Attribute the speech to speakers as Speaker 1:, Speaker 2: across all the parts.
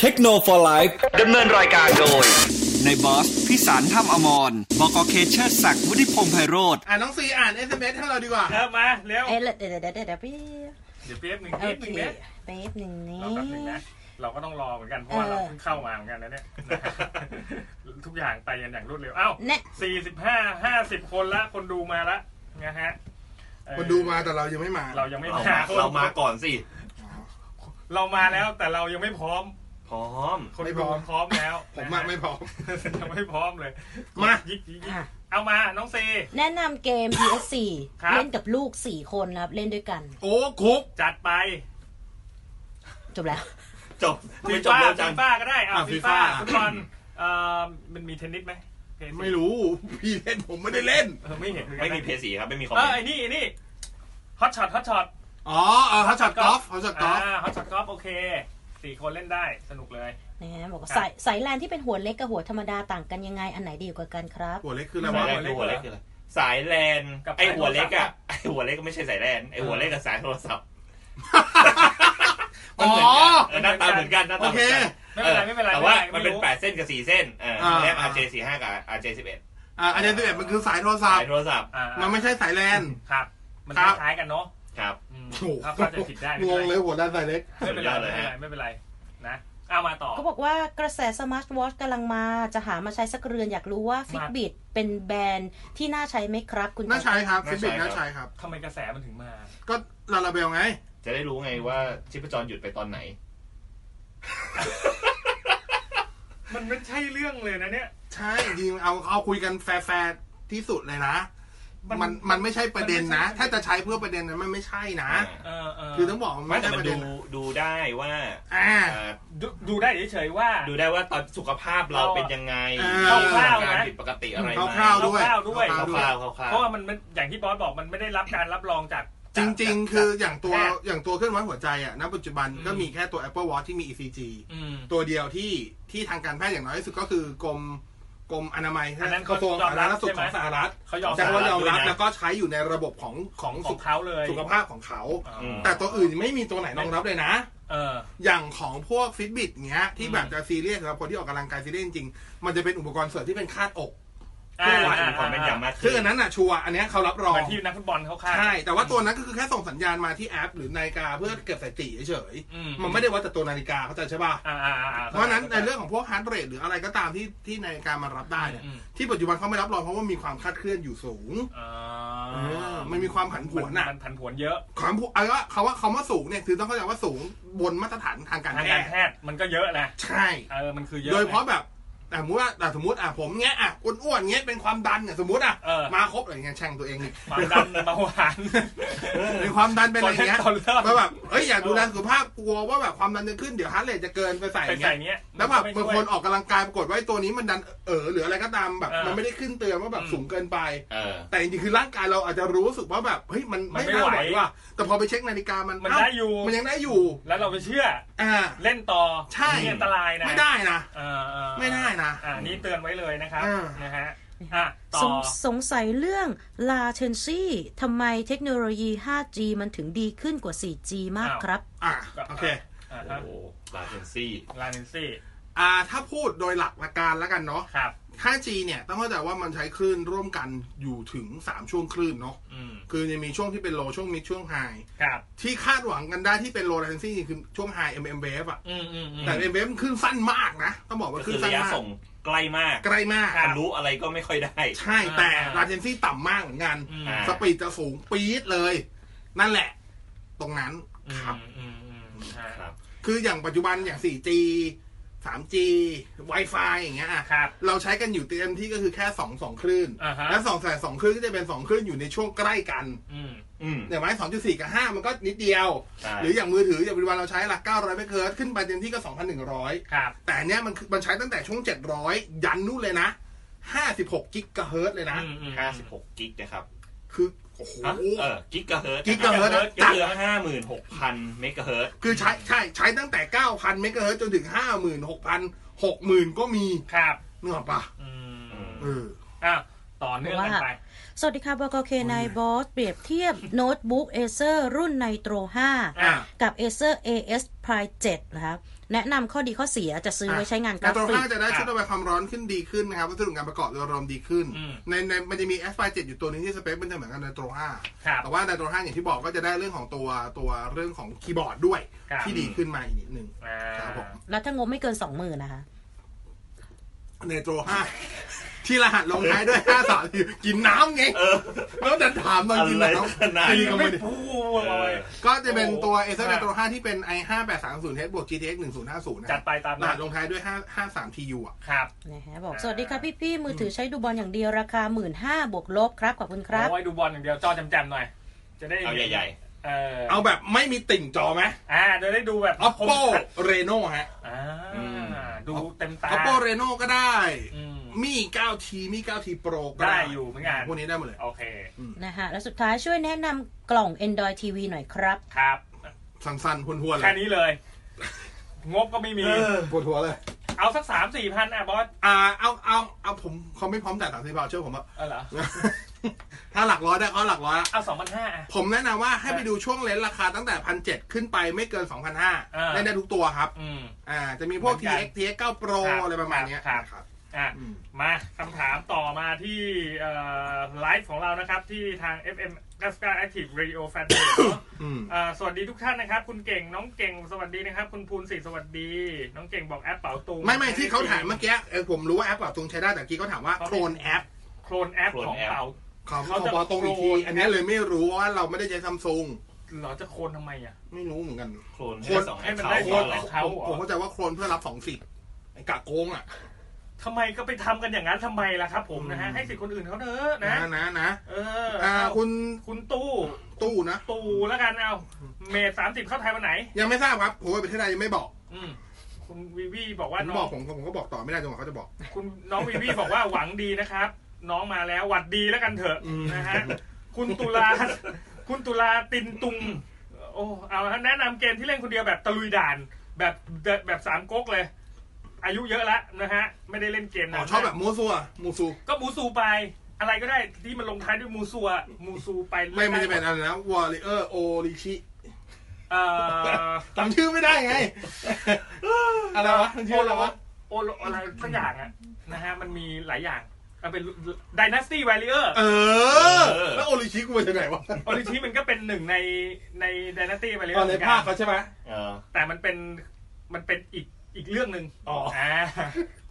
Speaker 1: เทคโนโลยีไลฟ์
Speaker 2: ดำเนินรายการโดย
Speaker 1: ในบอสพิสารถ้ำอมรบกเคเชอร์ศักดิ์วุฒิพงษ์ไพโรธ
Speaker 3: อ่านน้องซีอ่าน SMS ให้เราดีกว่า
Speaker 4: เออมาเร็ว
Speaker 5: เอ้ยเดี๋ยวเดี๋ยวเดี๋ยวเดี๋ยวพี่
Speaker 4: เดี๋ยวเป๊บหนึ่ง
Speaker 5: โอ
Speaker 4: เป๊บห
Speaker 5: เค
Speaker 4: นึ่งเนี้ย
Speaker 5: แป๊บหนึ่งนี้
Speaker 4: เราแป๊บหนึ่งนะเราก็ต้องรอเหมือนกันเพราะว่า
Speaker 5: เออ
Speaker 4: เราเพิ่งเข้ามาเหมือนกันนะเนี่ย นะทุกอย่างไปกันอย่างรวดเร็วอ้าว
Speaker 5: เนี่ย
Speaker 4: สี่สิบห้าห้าสิบคนละคนดูมาละนะฮะเอ่อ
Speaker 3: คนดูมาแต่เรายังไม่มา
Speaker 4: เรายังไม่
Speaker 6: เรา
Speaker 4: มา
Speaker 6: มาเรามาก่อนสิ
Speaker 4: เรามาแล้วแต่เรายังไม่พร้อม
Speaker 6: พร้อม
Speaker 4: คนดูพร้อมแล้ว
Speaker 3: ผมอะไม่พร้อม
Speaker 4: ยังไม่พร้อมเลย
Speaker 3: มา
Speaker 4: ยิกยิกยิก
Speaker 5: อ่ะ
Speaker 4: เอามาน้องซี
Speaker 5: แนะนำเกม PS4
Speaker 4: ครับ
Speaker 5: เล่นกับลูก 4 คนนะครับ เล่นด้วยกัน
Speaker 3: โอ้คุก
Speaker 4: จัดไป
Speaker 5: จบแล้ว
Speaker 6: จบ
Speaker 4: ฟี
Speaker 6: ไม่จบ
Speaker 4: ฟ่า
Speaker 6: เร็วจั
Speaker 4: ฟี
Speaker 6: ง
Speaker 4: ฟ่าก็ได้อ่ะ
Speaker 3: อ่ะ
Speaker 4: ฟีฟ่า
Speaker 3: FIFA
Speaker 4: ฟุตบอลเอ่อมันมีเทนนิสไหมเพย์ซี
Speaker 3: ไม่รู้ พี่เล่นผมไม่ได้เล่น
Speaker 4: เออไม่เห็นหอนกัน
Speaker 6: ไม่
Speaker 4: นะ
Speaker 6: มีเพสีครับ ไม่มีคอม
Speaker 4: เอ
Speaker 6: เม
Speaker 4: อน ไอ้
Speaker 6: ต์
Speaker 4: นี่ไอ้นี่ฮอตช็อตฮอตช็อต
Speaker 3: อ๋อเออเขาจัดกอล์ฟเขาจัดกอล์ฟ
Speaker 4: ฮอตช็อตกอล์ฟโอเคสี่คนเล่นได้สนุกเลย
Speaker 5: นะฮะบอกว่า
Speaker 4: ครับ
Speaker 5: สายสายแลนที่เป็นหัวเล็กกับหัวธรรมดาต่างกันยังไง อันไหนดีกว่ากันครับ
Speaker 3: หัวเล็กคืออะไร
Speaker 6: สา
Speaker 3: วะ
Speaker 6: ยแลน
Speaker 4: หั
Speaker 6: คือ
Speaker 4: ว
Speaker 6: หัว
Speaker 4: เล็กกับสาย
Speaker 6: เล็กคืออะไรสายแลนไอหัวเล็กอะ
Speaker 4: โทรศัพท์
Speaker 6: ไอหัวเล็กก็ไม่ใช่สายแลนไอหัวเล็กกับสายโทรศัพท์
Speaker 3: อ๋อ
Speaker 6: เออหน้าตาเหมือนกันหน้าตา
Speaker 3: โอ
Speaker 6: เห
Speaker 3: เค
Speaker 6: มือนกัน
Speaker 4: ไม่เป็นไรไม่เป็นไร
Speaker 6: แต่ว่า
Speaker 4: ไ
Speaker 6: มันเป็น
Speaker 4: รู้
Speaker 6: แปดเส้นกับสี่เส้นเออ
Speaker 3: อ่า
Speaker 6: แลก RJ สี่ห้ากับ RJ สิบเอ็ด
Speaker 3: อ่ะอันนี้สิบเอ็ดมันคือสายโทรศัพ
Speaker 6: สาย
Speaker 3: ท์
Speaker 6: โทรศัพท์
Speaker 4: อ่า
Speaker 3: มันไม่ใช่สายแลน
Speaker 4: ครับ มัน
Speaker 3: ครับ
Speaker 4: คล้ายๆกันเนาะ
Speaker 6: ครับ
Speaker 4: อืม
Speaker 3: โอ้โห
Speaker 4: ถ้าเข้าใจผิดได้
Speaker 3: ง
Speaker 4: ไม่
Speaker 3: ง
Speaker 4: เป็น
Speaker 3: เล
Speaker 4: ไร
Speaker 3: ยหัวด้านสายเล็ก
Speaker 4: ไม่เป็นไร
Speaker 6: สุดยอดเลยฮะ
Speaker 4: ไม่เป็นไรไม่เป็นไรนะเอามาต่อ
Speaker 5: ก็บอกว่ากระแสสมาร์ทวอทกำลังมาจะหามาใช้สักเรือนอยากรู้ว่า
Speaker 4: มา
Speaker 5: Fitbit เป็นแบรนด์ที่น่าใช้ไหมครับคุณ
Speaker 3: น่าใช้ครับ
Speaker 6: น่า
Speaker 3: สิบ
Speaker 6: ใช้
Speaker 3: เอ็ด
Speaker 6: ครับ
Speaker 3: น่าใช้ครับ
Speaker 4: ทำไมกระแสมันถึงมา
Speaker 3: ก็ลาลาเบลไง
Speaker 6: จะได้รู้ไงว่าชิปจรหยุดไปตอนไหน
Speaker 4: มันไม่ใช่เรื่องเลยนะเนี่ย
Speaker 3: ใช่จริงเอาเอาคุยกันแฟร์ๆที่สุดเลยนะ
Speaker 4: มัน
Speaker 3: มันมันไม่ใช่ประเด็นนะ ถ้าจะใช้เพื่อประเด็นนั้นมันไม่ใช่นะ
Speaker 4: เออเออ
Speaker 3: คือต้องบอกมัน
Speaker 6: ไม่
Speaker 3: ไม่
Speaker 6: แต่
Speaker 3: ใช่
Speaker 6: มั
Speaker 3: ประ
Speaker 6: นดู
Speaker 3: เด็น
Speaker 6: ดูได้ว่า
Speaker 3: อ่า
Speaker 6: เอ่อ
Speaker 4: ดูดูได้เฉยๆว่า
Speaker 6: ดูได้ว่าตอนสุขภาพเราเป็นยังไง
Speaker 3: อ่า
Speaker 6: มี
Speaker 4: คร่าวๆ
Speaker 6: อาการ
Speaker 4: นะ
Speaker 6: ผิดปกติอะไรไหม
Speaker 3: คร่าวๆด้วย
Speaker 4: คร่าวๆด้วย
Speaker 3: คร่าวๆ
Speaker 6: ค
Speaker 3: ด้วย
Speaker 6: ร่าวๆคร่าว
Speaker 4: เพราะว่ามันมันอย่างที่บอสบอกมันไม่ได้รับการรับรองจาก
Speaker 3: จริง ๆ คืออย่างตัว
Speaker 4: แพทย์
Speaker 3: อย่างตัวเครื่องวัดหัวใจอะณปัจจุบัน
Speaker 4: อืม
Speaker 3: ก็มีแค่ตัว Apple Watch ที่มี ECG
Speaker 4: อืม
Speaker 3: ตัวเดียวที่ที่ทางการแพทย์อย่างน้อยที่สุดก็คือกรมกรมอนามัย
Speaker 4: อันนั้น
Speaker 3: กระทรวง
Speaker 4: ยอม
Speaker 3: สาธารณ
Speaker 4: รับ
Speaker 3: สุข
Speaker 4: ใช่ไหม
Speaker 3: ของสหรัฐ
Speaker 4: เขายอม
Speaker 3: แจ้งว่ายอมรับ
Speaker 4: นะ
Speaker 3: แล้วก็ใช้อยู่ในระบบของของ
Speaker 4: ข
Speaker 3: สุ
Speaker 4: อง
Speaker 3: ข
Speaker 4: เขาเลย
Speaker 3: สุขภาพของเขา
Speaker 4: อืม
Speaker 3: แต่ตัวอื่นไม่มีตัวไหนรองรับเลยนะ
Speaker 4: เออ
Speaker 3: อย่างของพวก Fitbit เงี้ย ที่
Speaker 4: อืม
Speaker 3: แบบจะซีเรียสสำหรับคนที่ออกกำลังกายซีเรียสจริงๆมันจะเป็นอุปกรณ์เสริมที่เป็นคาดอก
Speaker 6: ๆเพื่อวัดความแม่นยำมาก
Speaker 3: คื
Speaker 6: ขึ้
Speaker 3: ออัน
Speaker 6: น
Speaker 3: นั้นอ่ะชัวร์อันเนี้ยเขารับรอ
Speaker 4: เหมื
Speaker 3: ง
Speaker 4: อนที่นักฟุตบอลเขาคาด
Speaker 3: ใช่ แต่ว่าตัวนั้นก็คือแค่ส่งสัญญาณมาที่แอป หรือนาฬิกาเพื่อเก็บสถิติเฉย
Speaker 4: อื
Speaker 3: ๆ มันไม่ได้วัดแต่ตัวนาฬิกาเข้าใจใช่ป่ะ
Speaker 4: อ่าอ่าอ่า
Speaker 3: เพราะฉะนั้นในเรื่องของพวกฮาร์ดเรทหรืออะไรก็ตามที่ที่นาฬิกามันรับได้เนี่ย
Speaker 4: อืม
Speaker 3: ที่ปัจจุบันเขาไม่รับรองเพราะว่ามีความคาดเคลื่อนอยู่สูง
Speaker 4: อ่า
Speaker 3: มันมีความผันผวนน่ะ
Speaker 4: มันผันผวนเยอะ
Speaker 3: ความผวนเอาว่าคำว่าคำว่าสูงเนี่ยคือต้องเข้าใจว่าสูงบนมาตรฐานทางการ
Speaker 4: ทาง
Speaker 3: แพ
Speaker 4: การ
Speaker 3: ทย์
Speaker 4: แพทย์มันก็เยอะนะ
Speaker 3: ใช่
Speaker 4: เออมันคือเยอะ
Speaker 3: โดยเฉพาะ
Speaker 4: น
Speaker 3: แบบแต่สมมติว่าแต่สมมติอ่ะผมเงี้ยอ่ะอ้วนๆเงี้ยเป็นความดันเนี่ยสมมติอ่ะ
Speaker 4: เออ
Speaker 3: มาครบอะไรเงี้ยแช่งตัวเองเนี่ย
Speaker 4: ความดันเบาหวาน
Speaker 3: เป็นความดันเป็นอะไรเงี้ย
Speaker 4: ตอนแรก
Speaker 3: ก็แบบเอ้ยอยากดูแลสุขภาพกลัวว่าแบบความดันจะขึ้นเดี๋ยวฮาร์ดเรทจะเกินไปใส่
Speaker 4: ไป
Speaker 3: เงี้
Speaker 4: ใส่
Speaker 3: ย
Speaker 4: เนี้ย
Speaker 3: แล้วแบบ
Speaker 4: มั
Speaker 3: บาง
Speaker 4: ไม่
Speaker 3: ค
Speaker 4: ช่วย
Speaker 3: นออกกำลังกายปรากฏว่าไอ้ตัวนี้มันดันเออหรืออะไรก็ตามแบบ
Speaker 4: เออ
Speaker 3: มันไม่ได้ขึ้นเตือนว่าแบบ
Speaker 4: อืม
Speaker 3: สูงเกินไป
Speaker 6: เออ
Speaker 3: แต่จริงๆคือร่างกายเราอาจจะรู้สึกว่าแบบเฮ้ยมัน
Speaker 4: มัน
Speaker 3: ไม่
Speaker 4: ไม่
Speaker 3: น่า
Speaker 4: ไห
Speaker 3: ไห
Speaker 4: ว
Speaker 3: วว่ะแต่พอไปเช็คนาฬิกามัน
Speaker 4: มัน
Speaker 3: เา
Speaker 4: ได้อยู่
Speaker 3: มันยังได้อยู่
Speaker 4: แล้วเราไปเชื่อ
Speaker 3: อ่า
Speaker 4: เล่นต่อ
Speaker 3: ใช่
Speaker 4: นี่อันตรายนะ
Speaker 3: ไม่ได้นะ
Speaker 4: เออเออ
Speaker 3: ไม่ได้นะ
Speaker 4: อ่านี่เตือนไว้เลยนะครับ
Speaker 3: อ่า
Speaker 4: นะฮะอ่ะต่อ
Speaker 5: สงสงสัยเรื่อง latency ทำไมเทคโนโลยี 5G มันถึงดีขึ้นกว่า 4G มากครับ
Speaker 3: อ่าโอเค
Speaker 4: อ่า
Speaker 6: โอ้
Speaker 4: ฮะ
Speaker 6: โหลาเทนซี่
Speaker 4: ลาเนนซี่
Speaker 3: อ่าถ้าพูดโดยหลักละการละกันเนาะ
Speaker 4: ครับ
Speaker 3: 5G เนี่ยต้องเข้าใจว่ามันใช้คลื่นร่วมกันอยู่ถึง 3 ช่วงคลื่นเนาะ
Speaker 4: อืม
Speaker 3: คือจะมีช่วงที่เป็นโลช่วงมิดช่วงไฮ
Speaker 4: ครับ
Speaker 3: ที่คาดหวังกันได้ที่เป็นโล latency คือช่วงไฮ mm wave อะ
Speaker 4: อืมอืมอืม
Speaker 3: แต่ mm wave มันขึ้นสั้นมากนะ ต้องบอก
Speaker 6: ก็
Speaker 3: ว่า
Speaker 6: คื
Speaker 3: ขึ้
Speaker 6: อน ระ
Speaker 3: สั้น
Speaker 6: ยะ
Speaker 3: มาก
Speaker 6: ส่งใกล้มาก
Speaker 3: ไกลมาก
Speaker 4: ครับ
Speaker 6: ทะลุอะไรก็ไม่ค่อยได้
Speaker 3: ใช่แต่
Speaker 4: อ่า
Speaker 3: latency ต่ำมากเหมือนกัน
Speaker 4: อืม
Speaker 6: อ่า
Speaker 3: สปีดจะสูงปี๊ดเลย นั่นแหละ ตรงนั้นครับ
Speaker 4: อืมอืมอืมฮะ
Speaker 6: ครับ
Speaker 3: คืออย่างปัจจุบันอย่าง 4G 3G Wi-Fi อย่างเงี้ยอะ
Speaker 4: ครับ
Speaker 3: เราใช้กันอยู่เต็มที่ก็คือแค่สองสองคลื่น
Speaker 4: อ่าฮะ
Speaker 3: และสองแสนสองคลื่นก็จะเป็นสองคลื่นอยู่ในช่วงใกล้กัน
Speaker 4: อืม
Speaker 6: อืม
Speaker 3: เดี๋ยวไหมสองจุดสี่กับห้ามันก็นิดเดียว
Speaker 6: ใช่
Speaker 3: หรืออย่างมือถืออย่างปัจจุบันเราใช้หลักเก้าร้อยเมกะเฮิรตซ์ขึ้นไปเต็มที่ก็สองพันหนึ่งร้อย
Speaker 4: ครับ
Speaker 3: แต่อันเนี้ยมันคือมันใช้ตั้งแต่ช่วงเจ็ดร้อยยันนู่นเลยนะห้าสิบหกกิกะเฮิรตซ์เลยนะ
Speaker 4: อืมอืม
Speaker 6: ห้าสิบหกกิกนะครับ
Speaker 3: คือ โอ้โห
Speaker 6: เออกิกะเฮิร์ต
Speaker 3: กิกะเฮิรตซ์นะ
Speaker 6: ก็คือห้าหมื่นหกพันเมกะเฮิร์ต
Speaker 3: คือใช้ใช่ใช้ตั้งแต่เก้าพันเมกะเฮิรตซ์จนถึงห้าหมื่นหกพันหกหมื่นก็มี
Speaker 4: ครับ
Speaker 3: นึกออกปะ
Speaker 4: อืม
Speaker 3: เออ
Speaker 4: อ่ะ ต่อเนื่องกันไป
Speaker 5: สวัสดีค่ะบกเคนายบอส เปรียบเทียบโน้ตบุ๊กเอเซอร์รุ่นไนโตร
Speaker 4: อ่ะ
Speaker 5: 5 กับ a c e r AS Prime 7 นะคะแนะนำข้อดีข้อเสียจะซื้อไว้ใช้งานกรา
Speaker 3: ในตัว
Speaker 5: ฟิก
Speaker 3: ห้าจะได้ชุดระบายความร้อนขึ้นดีขึ้นนะครับวัสดุการประกอบโดยรวมดีขึ้น
Speaker 4: อืม
Speaker 3: ในในมันจะมี S 7อยู่ตัวหนึงที่สเปคมันจะเหมือนกันในตัวห้า
Speaker 4: ครับ
Speaker 3: แต่ว่าในตัวห้าอย่างที่บอกก็จะได้เรื่องของตัวตัวเรื่องของคีย์บอร์ดด้วย
Speaker 4: ครับ
Speaker 3: ที่ดีขึ้นมาอีกนิดนึง
Speaker 4: อ่า
Speaker 3: ครับผม
Speaker 5: แล้วถ้างบไม่เกิน 20,000นะคะ
Speaker 3: ในตัวห้าที่รหัสลงท้ายด้วยห้าสามกินน้ำไง
Speaker 6: เออ
Speaker 3: แล้วจะถามตอนกินน้
Speaker 6: อะไรขนาด
Speaker 3: ำ
Speaker 6: นั้น
Speaker 3: ดีกับ
Speaker 4: ไม่
Speaker 3: มันดิ
Speaker 4: ปูเอาไว้
Speaker 3: ก็จะเป็นตัว
Speaker 4: โอ้
Speaker 3: a c e r ในตัวห้าที่เป็น i 5 8 3 0 h บวก GTX 1050นะค
Speaker 4: จั
Speaker 3: รั
Speaker 4: ด
Speaker 3: บ
Speaker 4: ไปตาม
Speaker 3: ร
Speaker 4: นั้
Speaker 3: หั
Speaker 4: น
Speaker 3: สลงท้ายด้วย5 5 3 TU อ่ะ
Speaker 4: ครับ
Speaker 5: นะฮะบอก
Speaker 4: อ่า
Speaker 5: สวัสดีครับพี่พี่ๆมือถือใช้ดูบอลอย่างเดียวราคา 1 5ื่นห้าบวกลบครับขอบคุณครับ
Speaker 4: เอาไว้ดูบอลอย่างเดียวจอจำๆหน่อย จะได้
Speaker 6: เอาใหญ่
Speaker 4: เออ
Speaker 3: เอาแบบไม่มีติ่งจอไหม
Speaker 4: อ่าจะได้ดูแบบ
Speaker 3: Oppo Reno ฮะ
Speaker 4: อ่าดูเต็มตา
Speaker 3: Oppo Reno ก็ได้
Speaker 4: อืม
Speaker 3: มี 9T มี 9T Pro ก็
Speaker 4: ได้อยู่เหมือนกัน
Speaker 3: พวกนี้ได้หมดเลย
Speaker 4: โอเค
Speaker 5: นะฮะ แล้วสุดท้ายช่วยแนะนำกล่อง Android TV หน่อยครับ
Speaker 4: ครับ
Speaker 3: สั้นๆหัวนๆเล
Speaker 4: แค่
Speaker 3: ย
Speaker 4: นี้เลย งบก็ไม่มี
Speaker 3: ปวดหัวเลย
Speaker 4: เอาสักสามสี่พันอ่ะบอส
Speaker 3: อ่าเอาเอาเอาผมเขาไม่พร้อมแต่สามสิบบาทเชื่อผมอ่ะ
Speaker 4: เออเหรอ
Speaker 3: ถ้ าหลักร้อยได้เขาหลักร้อยอะ
Speaker 4: เอาสองพันห้าอ่ะ
Speaker 3: ผมแนะนำว่าให้ไปดูช่วงเลนส์ราคาตั้งแต่พันเขึ้นไปไม่เกิน 2 5 0
Speaker 4: า
Speaker 3: 0เล่นได้ทุกตัวครับ
Speaker 4: อืม
Speaker 3: อ่า จะมีพวก
Speaker 4: เหมือนกัน
Speaker 3: TX TX 9 Pro
Speaker 4: ครับ
Speaker 3: อะไรประมาณเนี้ย
Speaker 4: ครับ
Speaker 3: นะครับ
Speaker 4: อ่ะ
Speaker 3: อืม
Speaker 4: มาคำถามต่อมาที่เอ่อไลฟ์ของเรานะครับ ที่ทาง FM 99 Active Radio Fan Page เนอะ
Speaker 3: อืม
Speaker 4: เอ่อสวัสดีทุกท่านนะครับ คุณเก่งน้องเก่งสวัสดีนะครับ คุณภูนศรีสวัสดี น้องเก่งบอกแอปเป๋าตุง
Speaker 3: ไม่ไม่ที่เขาถามเมื่อกี้เออผมรู้ว่าแอปแบบตรงใช้ได้แต่กี้เขาถามว่าโคลนแอป
Speaker 4: โคลนแอป
Speaker 6: โคลน
Speaker 4: ของ
Speaker 6: แอป
Speaker 4: เป๋า
Speaker 3: ของข
Speaker 4: เขา
Speaker 3: อง
Speaker 4: จะ
Speaker 3: ปอตรงอีกที
Speaker 4: โคลน
Speaker 3: อันเนี้ยเลยไม่รู้ว่าเราไม่ได้ใช้ซัมซุง
Speaker 4: เหรอจะโคลนทำไมอ่ะ
Speaker 3: ไม่รู้เหมือนกัน
Speaker 6: โคลนให้สอง
Speaker 4: ให้
Speaker 6: แอค
Speaker 4: มัน
Speaker 6: เคา
Speaker 4: ได้
Speaker 6: ท์
Speaker 4: โค
Speaker 6: ก่
Speaker 4: ล
Speaker 6: อน นเหรอ
Speaker 4: เขา
Speaker 3: ผม
Speaker 4: เหรอ
Speaker 3: ผมเข้าใจว่าโคลนเพื่อรับสองสิทธิ์ไอ้กะโกงอ่ะ
Speaker 4: ทำไมก็ไปทำกันอย่างนั้นทำไมล่ะครับผมนะฮะ ให้สิทธิ์คนอื่นเขาเถอะนะ
Speaker 3: นะนะนะ
Speaker 4: เออ
Speaker 3: อ่า
Speaker 4: เอา
Speaker 3: คุณ
Speaker 4: คุณตู้
Speaker 3: ตู้นะ
Speaker 4: ตู่แล้วกันเอาเมษสามสิบเข้าไทยวันไหน
Speaker 3: ยังไม่ทราบครับผมว่าประเทศไทยยังไม่บอก
Speaker 4: อืมคุณวีวีบอกว่า
Speaker 3: ผม
Speaker 4: น้
Speaker 3: บ
Speaker 4: อ
Speaker 3: อก
Speaker 4: ง
Speaker 3: ผมผมก็บอกต่อไม่ได้จนกว่าเขาจะบอก
Speaker 4: คุณน้องวีวีบอกว่าหวังดีนะครับ น้องมาแล้วหวัดดีแล้วกันเถอะ
Speaker 3: อืม
Speaker 4: นะฮะคุณตุลา คุณตุลาตินตุง โอ้เอาละแนะนำเกมที่เล่นคนเดียวแบบตะลุยด่าน แบบแบบสามก๊กเลย อายุเยอะแล้วนะฮะ ไม่ได้เล่นเก
Speaker 3: อ๋อน
Speaker 4: มาน
Speaker 3: ชอบแบบมูซัวมูซู
Speaker 4: ก็มูซูไป อะไรก็ได้ที่มันลงท้ายด้วยมูซัวมูซูไป
Speaker 3: ไม่มันจะเป็นอะไรนะวอริเออร์โอริ ชิ
Speaker 4: เอ่อ
Speaker 3: จำชื่อไม่ได้ไง อะไรวะมันชื่ออะไรวะ
Speaker 4: โอโลอะไรสักอย่างอะนะฮะมันมีหลายอย่างมันเป็นดินาสตี้ w a r เ i อร์
Speaker 3: เออ แล้วโอริชิกูมาจากไหนวะ
Speaker 4: โอริชิมันก็เป็นหนึ่งในในดนาตี้ไปเลย
Speaker 3: อ๋อในภาคเขาใช่ไหม
Speaker 6: เออ
Speaker 4: แต่มันเป็นมันเป็นอีกอีกเรื่องหนึ่ง
Speaker 3: อ๋ออ่
Speaker 4: า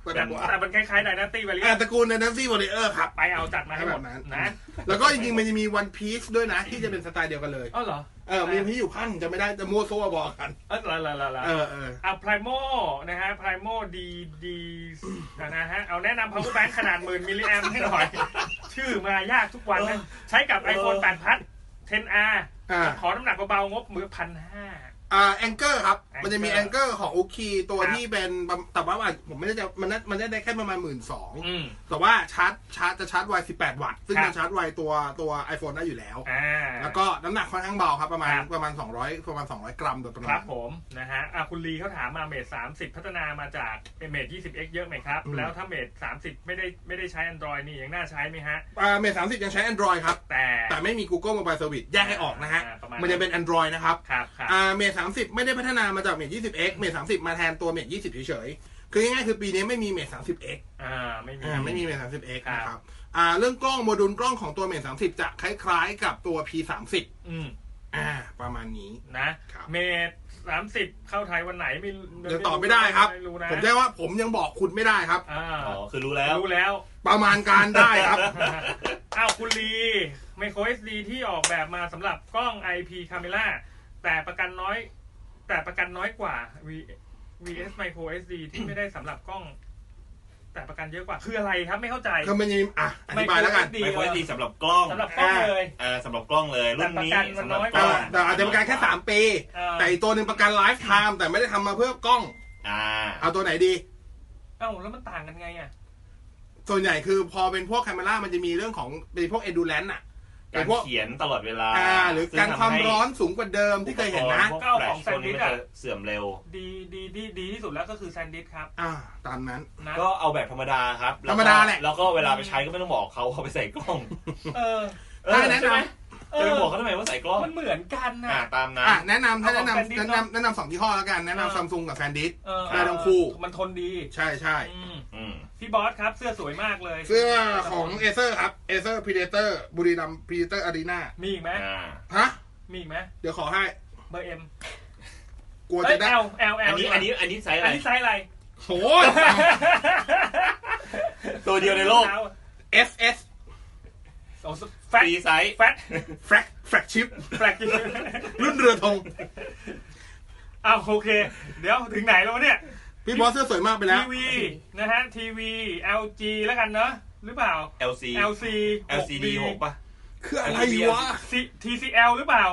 Speaker 3: แต่
Speaker 4: แต่แต่มันคล้ายๆดนาตี้ไปเลย
Speaker 3: อ่าตระกูลในนันซี่วอริเออร์ครับ
Speaker 4: ไปเอาจัดมาให้หมด
Speaker 3: แบบนั้น
Speaker 4: นะ
Speaker 3: แล้วก็จริงๆมันจะมีวันพีซด้วยนะ ที่จะเป็นสไตล์เดียวกันเลย
Speaker 4: อ๋อเหรอ
Speaker 3: เออ มีที่อยู่ขั้นจะไม่ได้แต่มัวซัวบอกกัน
Speaker 4: เออเหรอเหรอเหรอเหรอ
Speaker 3: เออเออ
Speaker 4: เอาไพรโมนะฮะไพรโมดีดีนะฮะเอาแนะนำ power bank ขนาดหมื่นมิลลิแอมให้หน่อย ชื่อมายากทุกวันนะ ใช้กับ iPhone 8 Plus 10R
Speaker 3: อ่า
Speaker 4: ขอน้ำหนักเบาๆงบมือพันห้า
Speaker 3: อ่าแองเกอร์ครับ
Speaker 4: Anchor
Speaker 3: มันจะมีแองเกอร์ของโอคีตัว
Speaker 4: ครับ
Speaker 3: ที่เป็นประมาณแต่ว่าผมไม่ได้จะมันน่ามันได้แค่ประมาณหมื่นสอง
Speaker 4: อืม
Speaker 3: แต่ว่าชาร์จชาร์จจะชาร์จไว18 วัตต์ ซึ่ง
Speaker 4: ครับ
Speaker 3: มันชาร์จไวตัวตัว iPhone ได้อยู่แล้ว
Speaker 4: อ่า
Speaker 3: แล้วก็น้ำหนักค่อนข้างเบาครับ ประมาณ
Speaker 4: ครับ
Speaker 3: ประมาณ 200 ประมาณ 200 กรัมโดยประ
Speaker 4: ค
Speaker 3: มาณ
Speaker 4: รับผมนะฮะอ่ะคุณลีเขาถามมาเมทสามสิบพัฒนามาจากเมทยี่สิบเอ็กเยอะไหมครับ แล้วถ้าเมทสามสิบไม่ได้ไม่ได้ใช้ Android นี่ยังน่าใช้ไหมฮะ
Speaker 3: อ่าเมท30 ยังใช้ Android ครับ
Speaker 4: แต่
Speaker 3: แต่ไม่มี Google Mobile Service แยกให้ออกนะฮะ
Speaker 4: อ่าประมาณ
Speaker 3: มันจะเป็น Android นะครับ
Speaker 4: ครับครับ
Speaker 3: อ่าเมทสามสิบไม่ได้พัฒนามาจากเมทยี่สิบเอ็กเมทสามสิบมาแทนตัวเมทยี่สิบเฉยๆ คือง่ายๆคือปีนี้ไม่มีเมทสามสิบเอ็ก
Speaker 4: อ่าไม่มี
Speaker 3: อ่าไม่มีเมทสามสิบเอ็ก
Speaker 4: ครับ
Speaker 3: นะครับอ่าเรื่องกล้องโมดูลกล้องของตัวเมทสามสิบจะคล้ายๆกับตัว P สามสิบ
Speaker 4: อืม
Speaker 3: อ่าประมาณนี้
Speaker 4: นะครับ เมทสามสิบเข้าไทยวันไหนไม่
Speaker 3: เดี๋ยวตอบไม่ได้ครับ
Speaker 4: ไม่รู้นะ
Speaker 3: ผมได้ว่าผมยังบอกคุณไม่ได้ครับ
Speaker 4: อ่า
Speaker 6: อ๋อ คือรู้แล้ว
Speaker 4: รู้แล้ว
Speaker 3: ประมาณการได้ครับ
Speaker 4: อ้าวคุณลีไมโคร SD ที่ออกแบบมาสำหรับกล้อง IP Camera แต่ประกันน้อย แต่ประกันน้อยกว่า V VS Micro SD ที่ไม่ได้สำหรับกล้อง แต่ประกันเยอะกว่าคืออะไรครับไม่เข้าใจ
Speaker 3: คือมันยังมีอ่ะอธิบายแล้วกัน
Speaker 4: Micro
Speaker 6: ไมโครเอสดีสำหรับกล้อง
Speaker 4: สำหรับกล้องเลย
Speaker 6: เออสำหรับกล้องเลย รุ่นนี้
Speaker 4: แต่ประกันมัน
Speaker 6: สำหรับ
Speaker 4: น้อย
Speaker 6: ก
Speaker 4: ก
Speaker 6: ล้
Speaker 4: ว่
Speaker 6: อง
Speaker 3: แต่อาจจะประกันแค่สามปี
Speaker 4: เออ
Speaker 3: แต่อีกตัวหนึ่งประกันไลฟ์ไทม์แต่ไม่ได้ทำมาเพื่อกล้อง
Speaker 6: อ่า
Speaker 3: เอาตัวไหนดี
Speaker 4: เอ้าแล้วมันต่างกันไงอ่ะ
Speaker 3: ส่วนใหญ่คือพอเป็นพวกแคมเมล่ามันจะมีเรื่องของเป็นพวกเอดูแลนอะ หรื
Speaker 6: กา
Speaker 3: อ
Speaker 6: ร
Speaker 3: พวก
Speaker 6: เขียนตลอดเวลา
Speaker 3: อ่า หรือการความร้อนสูงกว่าเดิมที่เคยเห็นนะ
Speaker 6: ก้าของแซนด์วิช
Speaker 4: อ่ะ
Speaker 6: เสื่อมเร็ว
Speaker 4: ดีดีดีดีที่สุดแล้วก็คือแซนดิสครับ
Speaker 3: อ่า ตามนั้น
Speaker 4: นะ
Speaker 6: ก็เอาแบบธรรมดาครับ
Speaker 3: ธรรมดาแหละ
Speaker 6: แล้วก็เวลาไปใช้ก็ไม่ต้องบอกเขาเขาไปใส่กล้อง
Speaker 4: เออ
Speaker 6: เออ
Speaker 3: ถ้าแนะ
Speaker 6: ใช่
Speaker 3: น
Speaker 6: ไหม
Speaker 4: เออ
Speaker 6: จะไปบอกเขาทำไมว่าใส่กล้อง
Speaker 4: มันเหมือนกัน
Speaker 6: อ่า
Speaker 4: น่ะ
Speaker 6: ตาม
Speaker 3: ำ
Speaker 6: นั้น
Speaker 3: อ่ะแนะนำถ้าแนะ
Speaker 4: เอาของ
Speaker 3: นำ
Speaker 4: Sandisk
Speaker 3: แนะนำแนะนำสองยี่ห้อแล้วกัน แนะ
Speaker 4: เออ
Speaker 3: นำซัมซุงกับแซนดิส
Speaker 4: เออ
Speaker 3: ได้ทั้งคู่
Speaker 4: มันทนดี
Speaker 3: ใช่ใช่
Speaker 4: อืม
Speaker 6: อืม
Speaker 4: พี่บอสครับเสื้อสวยมากเลย
Speaker 3: เสื้อของเอเซอร์ครับเอเซอร์พีเดเตอร์บุรีรัมพีเดเตอร์อารีนา
Speaker 4: มีอีกไหม
Speaker 6: อ่า
Speaker 3: ฮะ
Speaker 4: มีอีกไหม
Speaker 3: เดี๋ยวขอให้
Speaker 4: เบอร์เอ็ม
Speaker 3: กลัว
Speaker 4: เอ้
Speaker 3: จะ
Speaker 4: ย
Speaker 3: ได้
Speaker 4: แอลแอลแอ
Speaker 6: อัน
Speaker 4: ล
Speaker 6: นี้อันนี้อันนี้ไซส์อะ
Speaker 4: อั
Speaker 6: ไร
Speaker 4: นนี้ไซส์อะไร
Speaker 3: โหย
Speaker 6: ตัวเดียวในโลก
Speaker 3: S S
Speaker 4: โอ้แฟต
Speaker 6: ตีไซส์
Speaker 4: แฟต
Speaker 3: แฟกแฟกชิป
Speaker 4: แฟลก
Speaker 3: รุ่นเรือธง
Speaker 4: อ้าวโอเค เดี๋ยวถึงไหนแล้ววะเนี่ย
Speaker 3: พี่บอสเสื้อสวยมากไปแล้
Speaker 4: ที
Speaker 3: ว
Speaker 4: วีนะฮะทีวี LG แล้วกันเนอะหรือเปล่า
Speaker 6: เอลซี
Speaker 4: LC
Speaker 6: ดีหกป่ะ
Speaker 3: คืออะไรวะ
Speaker 4: C TCL หรือเปล่า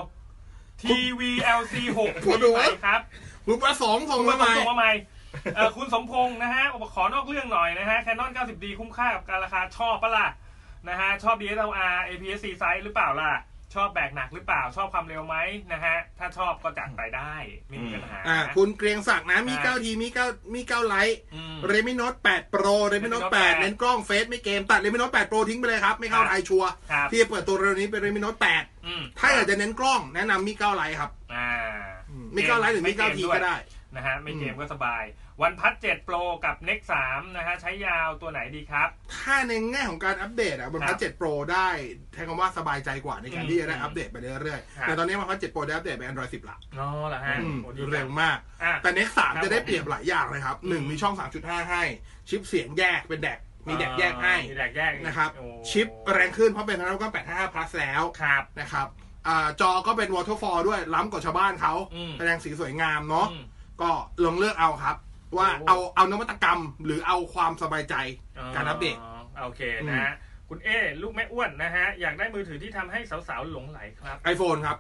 Speaker 4: TV LC 6
Speaker 3: ผมดู
Speaker 4: ไห
Speaker 3: วะ
Speaker 4: ครับ
Speaker 3: คุณประสงค์ของ
Speaker 4: คุณ
Speaker 3: มา
Speaker 4: ส
Speaker 3: ใหม่
Speaker 4: มพงษ์มาใหม่เอ่อคุณสมพงษ์นะฮะขอนอกเรื่องหน่อยนะฮะ Canon 90D คุ้มค่ากับการราคาชอบปะล่ะนะฮะ ชอบ DSLR APS-C size หรือเปล่าล่ะ ชอบแบกหนักหรือเปล่าชอบความเร็วไหมนะฮะ ถ้าชอบก็จัดไปได้ไม่มีปัญหา
Speaker 3: อ่า คุณเกรียงศักดิ์นะมี
Speaker 4: อ่า
Speaker 3: เก้าทีมีเก้ามีเก้าไลท์
Speaker 4: อืม
Speaker 3: เรมิโนต8 Pro เรมิโนต
Speaker 4: Redmi Note
Speaker 3: 8 เน้นกล้องเฟซไม่เกม ตัดเรมิโนต8 Pro ทิ้งไปเลยครับ ไม่เข้า
Speaker 4: ครับ
Speaker 3: ไทยชัวร์
Speaker 4: ครับ
Speaker 3: ที่จะเปิดตัวเร็วนี้เป็นเรมิโนต
Speaker 4: อืม
Speaker 3: 8ถ้าอยากจะเน้นกล้องแนะนำมีเก้าไลท์ครับ
Speaker 4: อ่า
Speaker 3: มีเก้าไลท์หรือมีเก้าทีก็ได้
Speaker 4: นะฮะไม่เกมก็สบาย วันพัด7 Pro กับ Nex 3นะฮะ ใช้ยาวตัวไหนดีครับ
Speaker 3: ถ้าในแง่ของการอัปเดตอะบน
Speaker 4: ครั
Speaker 3: พั
Speaker 4: บ
Speaker 3: ด7 Pro ได้ใช้คำว่าสบายใจกว่าในการ
Speaker 4: อืม
Speaker 3: ที่จะได้อัปเดตไปเรื่อย
Speaker 4: ค
Speaker 3: ๆ
Speaker 4: รับ
Speaker 3: แต่ตอนนี้มาพัด7 Pro ได้อัปเดตเป็น Android 10 ละ
Speaker 4: อ๋อเหรอฮะ
Speaker 3: อืม
Speaker 4: โอ้ดี
Speaker 3: เร็วมาก
Speaker 4: อ่ะ
Speaker 3: แต่ Next
Speaker 4: ครับ
Speaker 3: 3จะได้เปรียบหลายอย่างเลยครับหนึ่ง
Speaker 4: อืม
Speaker 3: มีช่อง 3.5 ให้ ชิปเสียงแยกเป็นแดกมีแดกแยกให้
Speaker 4: มีแดกแยก
Speaker 3: นะครับ
Speaker 4: โอ้
Speaker 3: ชิปแรงขึ้นเพราะเป็นแล้วก็855 plus แล้ว
Speaker 4: ครับ
Speaker 3: นะครับอาจอก็เป็น waterfall ด้วยล้ำกว่าชาวบ้านเขา
Speaker 4: อืม
Speaker 3: แสดงสีสวยงามเนาะ
Speaker 4: อืม
Speaker 3: ก็ลองเลือกเอาครับ ว่า
Speaker 4: โอ้
Speaker 3: เอาเอานวัตกรรมหรือเอาความสบายใจการอัปเดต
Speaker 4: โอเคนะฮะ คุณเอ ลูกแม่อ้วนนะฮะ อยากได้มือถือที่ทำให้สาวๆ หลงไหลครับ
Speaker 3: iPhone ครับ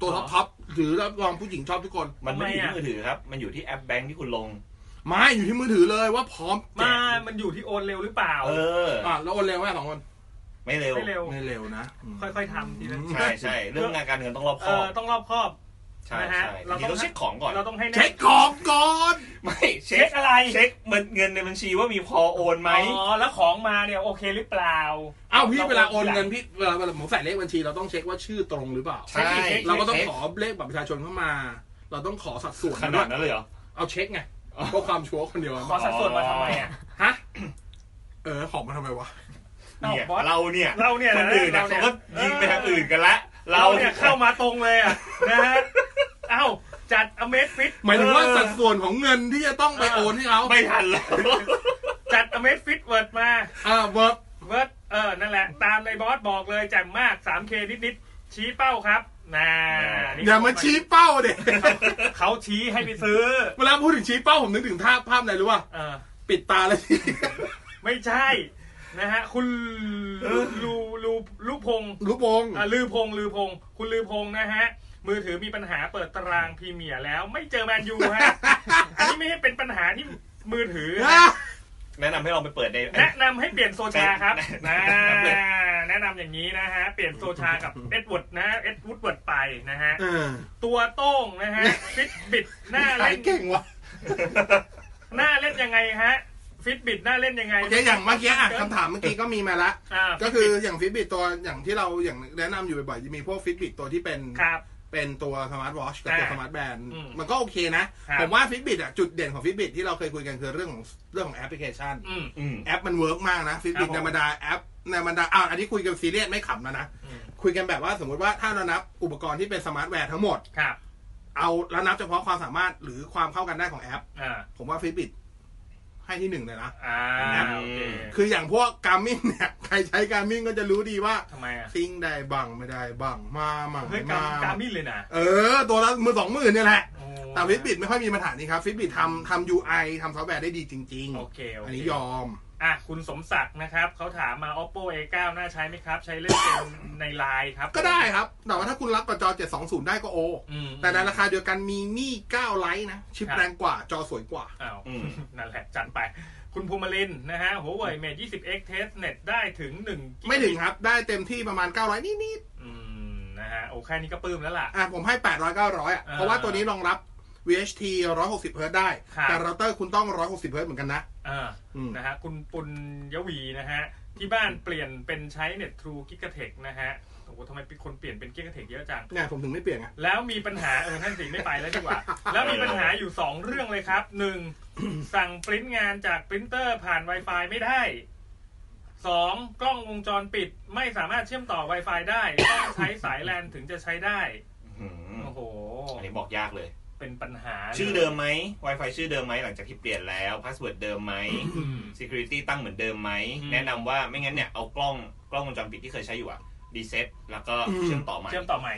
Speaker 3: ตัวท็อป
Speaker 4: อ๋อ
Speaker 3: ท็อปหรือรับรองผู้หญิงชอบทุกคน
Speaker 6: มันไม่ได้อยู่
Speaker 4: ทำไมอะ
Speaker 6: ที่มือถือครับ มันอยู่ที่แอปแบงค์ที่คุณลง
Speaker 3: ไม่อยู่ที่มือถือเลยว่าพร้อมแจ
Speaker 4: มาก มันอยู่ที่โอนเร็วหรือเปล่า
Speaker 6: เออ
Speaker 3: อ่ะแล้วโอนเร็วไหมสองคน
Speaker 6: ไม่เร็ว
Speaker 4: ไม่เร็ว
Speaker 3: ไม่เร็วนะม
Speaker 4: ค่อยๆทำทีละ
Speaker 6: ใช่ใช่เรื่องงานการเงินต้องรอบค
Speaker 4: เอ
Speaker 6: อบ
Speaker 4: อต้องรอบคอบ
Speaker 6: ใช่
Speaker 4: นะฮะ
Speaker 6: ใช่
Speaker 4: เรา
Speaker 6: เรา
Speaker 4: ต้อ
Speaker 6: ต้อง งเช็คของก่อน
Speaker 4: เราต้องให้แน่
Speaker 3: เช็คของก่อน
Speaker 6: ไม่เช็
Speaker 4: เช็
Speaker 6: ค
Speaker 4: คอะไร
Speaker 6: เช็คเงินในบัญชีว่ามีพอโอนไหม
Speaker 4: อ๋อแล้วของมาเนี่ยโอเคหรือเปล่า
Speaker 3: เอ้าพี่เวลาโอนเงินพี่เวลาเวลาผมใส่เลขบัญชีเราต้องเช็คว่าชื่อตรงหรือเปล่า
Speaker 6: ใช่
Speaker 4: เช็ค
Speaker 3: เราก็ต้อง
Speaker 6: ช็ค
Speaker 3: ขอเลขบัตรประชาชนเข้ามา เราต้องขอสัดส่วน
Speaker 6: ขนาดนั้นเลยเหรอ
Speaker 3: เอาเช็คไงเพราะความชัวร์คนเดียวอะ
Speaker 4: ขอสัดส่วนมาทำไมอ่ะ
Speaker 3: ฮะ เออ ของมาทำไมวะ
Speaker 6: เนี่ย
Speaker 4: เอ้าบอส
Speaker 6: เราเนี่ย
Speaker 4: เราเนี่ย
Speaker 6: คนอื่น
Speaker 4: นะ
Speaker 6: นะเขาก็ยิงไปทางอื่นกันละ
Speaker 4: เรา
Speaker 6: เรา
Speaker 4: เนี่ยเข้ามาตรงเลยอ่ะ นะฮะ เอ้า จัดอเมซฟิต
Speaker 3: หมายถึงว่าสัดส่วนของเงินที่จะต้องไปโอนให้เขา
Speaker 6: ไม่ทันแล้ว
Speaker 4: จัดอเมซฟิตเวิร์ดมา
Speaker 3: อ่าเวิร์บ
Speaker 4: เวิร์ดเออ นั่นแหละ ตามในบอสบอกเลยแจ่มมาก 3K นิดๆ ชี้เป้าครับนะนี่
Speaker 3: อย่ามาชี้เป้าเด็ก
Speaker 4: เขาชี้ให้ไปซื้อ
Speaker 3: เวลาพูดถึงชี้เป้าผมนึกถึงท่าภาพอะไรรู้ป่ะ
Speaker 4: เออ
Speaker 3: ปิดตาแล้วชี้
Speaker 4: ไม่ใช่ นะฮะ คุณลูลูลูลูพงษ์
Speaker 3: ลูกวง
Speaker 4: อ่ะลือพงษ์ลือพงษ์คุณลือพงษ์นะฮะ มือถือมีปัญหาเปิดตารางพรีเมียร์แล้วไม่เจอแมนยูฮะ อันนี้ไม่ใช่เป็นปัญหาที่มือถือ
Speaker 3: นะ
Speaker 6: แนะนำให้ลองไปเปิดใน
Speaker 4: แนะนำให้เปลี่ยนโซชา ครับ
Speaker 6: แนะ
Speaker 4: นะ
Speaker 6: นำเลย
Speaker 4: แนะนำอย่างนี้นะฮะ เปลี่ยนโซชากับเอ็ดวูดนะเอ็ดวูดเวิร์ดไปนะฮะ
Speaker 3: เออ
Speaker 4: ตัวโต้งนะฮะฟิตบิดหน้า
Speaker 3: ขาย
Speaker 4: เล่น
Speaker 3: เก่งว่ะ
Speaker 4: หน้าเล่นยังไงฮะฟิตบิดหน้าเล่นยังไง
Speaker 3: โอเคอย่างเมื่อกี้อ่ะคำถามเมื่อกี้ก็มีมาละ
Speaker 4: อ่า
Speaker 3: ก็คืออย่างฟิตบิตตัวอย่างที่เราอย่างแนะนำอยู่บ่อยๆจะมีพวกฟิตบิตตัวที่เป็น
Speaker 4: ครับ
Speaker 3: เป็นตัวสมาร์ทวอชกับตัว
Speaker 4: อ่า
Speaker 3: สมาร์ทแบนด์
Speaker 4: อืม
Speaker 3: มันก็โอเคนะ
Speaker 4: ครับ
Speaker 3: ผมว่าฟิตบิตอ่ะจุดเด่นของฟิตบิตที่เราเคยคุยกันคือเรื่องของเรื่องของแอปพลิเคชัน
Speaker 4: อืม
Speaker 6: อืม
Speaker 3: แอปมันเวิร์กมากนะฟิ
Speaker 4: ค
Speaker 3: ติ
Speaker 4: รับบ
Speaker 3: ต
Speaker 4: ผม
Speaker 3: ในบรรดาแอปในบรรดาอ้าวอันนี้คุยกันซีเรียสไม่ขำแล้วนะ
Speaker 4: อืม
Speaker 3: คุยกันแบบว่าสมมติว่าถ้าเรานับอุปกรณ์ที่เป็นสมาร์ทแวร์ทั้งหมด
Speaker 4: ครับ
Speaker 3: เอาแล้วนับเฉพาะความสามารถหรือความเข้ากันได้ของแอป
Speaker 4: อ่า
Speaker 3: ผมว่าฟิตบิตให้ที่หนึ่งเลยนะ
Speaker 4: อ่าโอเค
Speaker 3: คืออย่างพวกการมิ่งเนี่ย ใครใช้การมิ่งก็จะรู้ดีว่า
Speaker 4: ทำไมอ่ะ
Speaker 3: ซิงได้บังไม่ได้บังมามั่ง
Speaker 4: เฮ้ย
Speaker 3: ไม่
Speaker 4: กาม
Speaker 3: าม
Speaker 4: กา
Speaker 3: มั่ง
Speaker 4: มินเลยนะ
Speaker 3: เออ ตัวละมือสองหมื่นเนี่ยแหละ
Speaker 4: โอ้
Speaker 3: แต่ฟิตบิตไม่ค่อยมีปัญหานี้ครับฟิตบิตทำทำ UI ทำซอฟต์แวร์ได้ดีจริง
Speaker 4: โอเคโอ
Speaker 3: ๆ
Speaker 4: เค
Speaker 3: อันนี้ยอม
Speaker 4: อ่ะคุณสมศักดิ์นะครับ เขาถามมา oppo a9 น่าใช้ไหมครับ ใช้เล่นเกมในไลน์ครับ
Speaker 3: ก็ได้ครับ แต่ว่าถ้าคุณรับกับจอ 720 ได้ก็โอ
Speaker 4: อืม
Speaker 3: แต่ในราคาเดียวกันมีมี่ 9 ไลท์นะ ชิปแรงกว่าจอสวยกว่า
Speaker 4: อ้าว
Speaker 6: อืม
Speaker 4: นั่นแหละ จัดไป คุณภูมิลินทร์นะฮะ หัวเว่ยเมท 20x test net ได้ถึง1
Speaker 3: ไม่ถึงครับ ได้เต็มที่ประมาณ 9 ไลท์นิด
Speaker 4: อื นะฮะโอ้แค่นี้ก็ปลื้มแล้วล่ะ
Speaker 3: อ่ะผมให้ 800 900อ่ะ
Speaker 4: อ่า
Speaker 3: เพราะว่าตัวนี้รองรับ VHT 160เฮิร์ตซ์ได้
Speaker 4: ครับ
Speaker 3: แต่เราเตอร์คุณต้อง 160เฮิร์ตซ์เหมือนกันนะ
Speaker 4: อ่า
Speaker 3: อืม
Speaker 4: นะฮะคุณปุณยวีนะฮะ ที่บ้านเปลี่ยนเป็นใช้เน็ตทรูกิกเทคนะฮะโอ้โหทำไมเป็นคนเปลี่ยนเป็นกิกเทคเยอะจัง
Speaker 3: เนี่ยผมถึงไม่เปลี่ยนไง
Speaker 4: แล้วมีปัญหาเออท่านสิไม่ไปแล้วดีกว่า แล้วมีปัญหาอยู่ 2 เรื่องเลยครับหนึ่ง สั่งปริ้นงานจากปรินเตอร์ผ่าน Wi-Fi ไม่ได้สองกล้องวงจรปิดไม่สามารถเชื่อมต่อ Wi-Fi ได้ ต้องใช้สายแลนถึงจะใช้ได้
Speaker 6: อืม
Speaker 4: โอ้โห
Speaker 6: อันนี้บอกยากเลย
Speaker 4: เป็นปัญหา
Speaker 6: ชื่อเดิมไหม Wi-Fi ชื่อเดิมไหมหลังจากที่เปลี่ยนแล้วพาสเวิร์ดเดิมไหม
Speaker 4: อืม
Speaker 6: Security ตั้งเหมือนเดิมไหม
Speaker 4: อืม
Speaker 6: แนะนำว่าไม่งั้นเนี่ยเอากล้องกล้องวงจรปิดที่เคยใช้อยู่อะรีเซ็ตแล้วก็
Speaker 3: อืม
Speaker 6: เชื่อมต่อใหม่
Speaker 4: เชื่อมต่อใหม่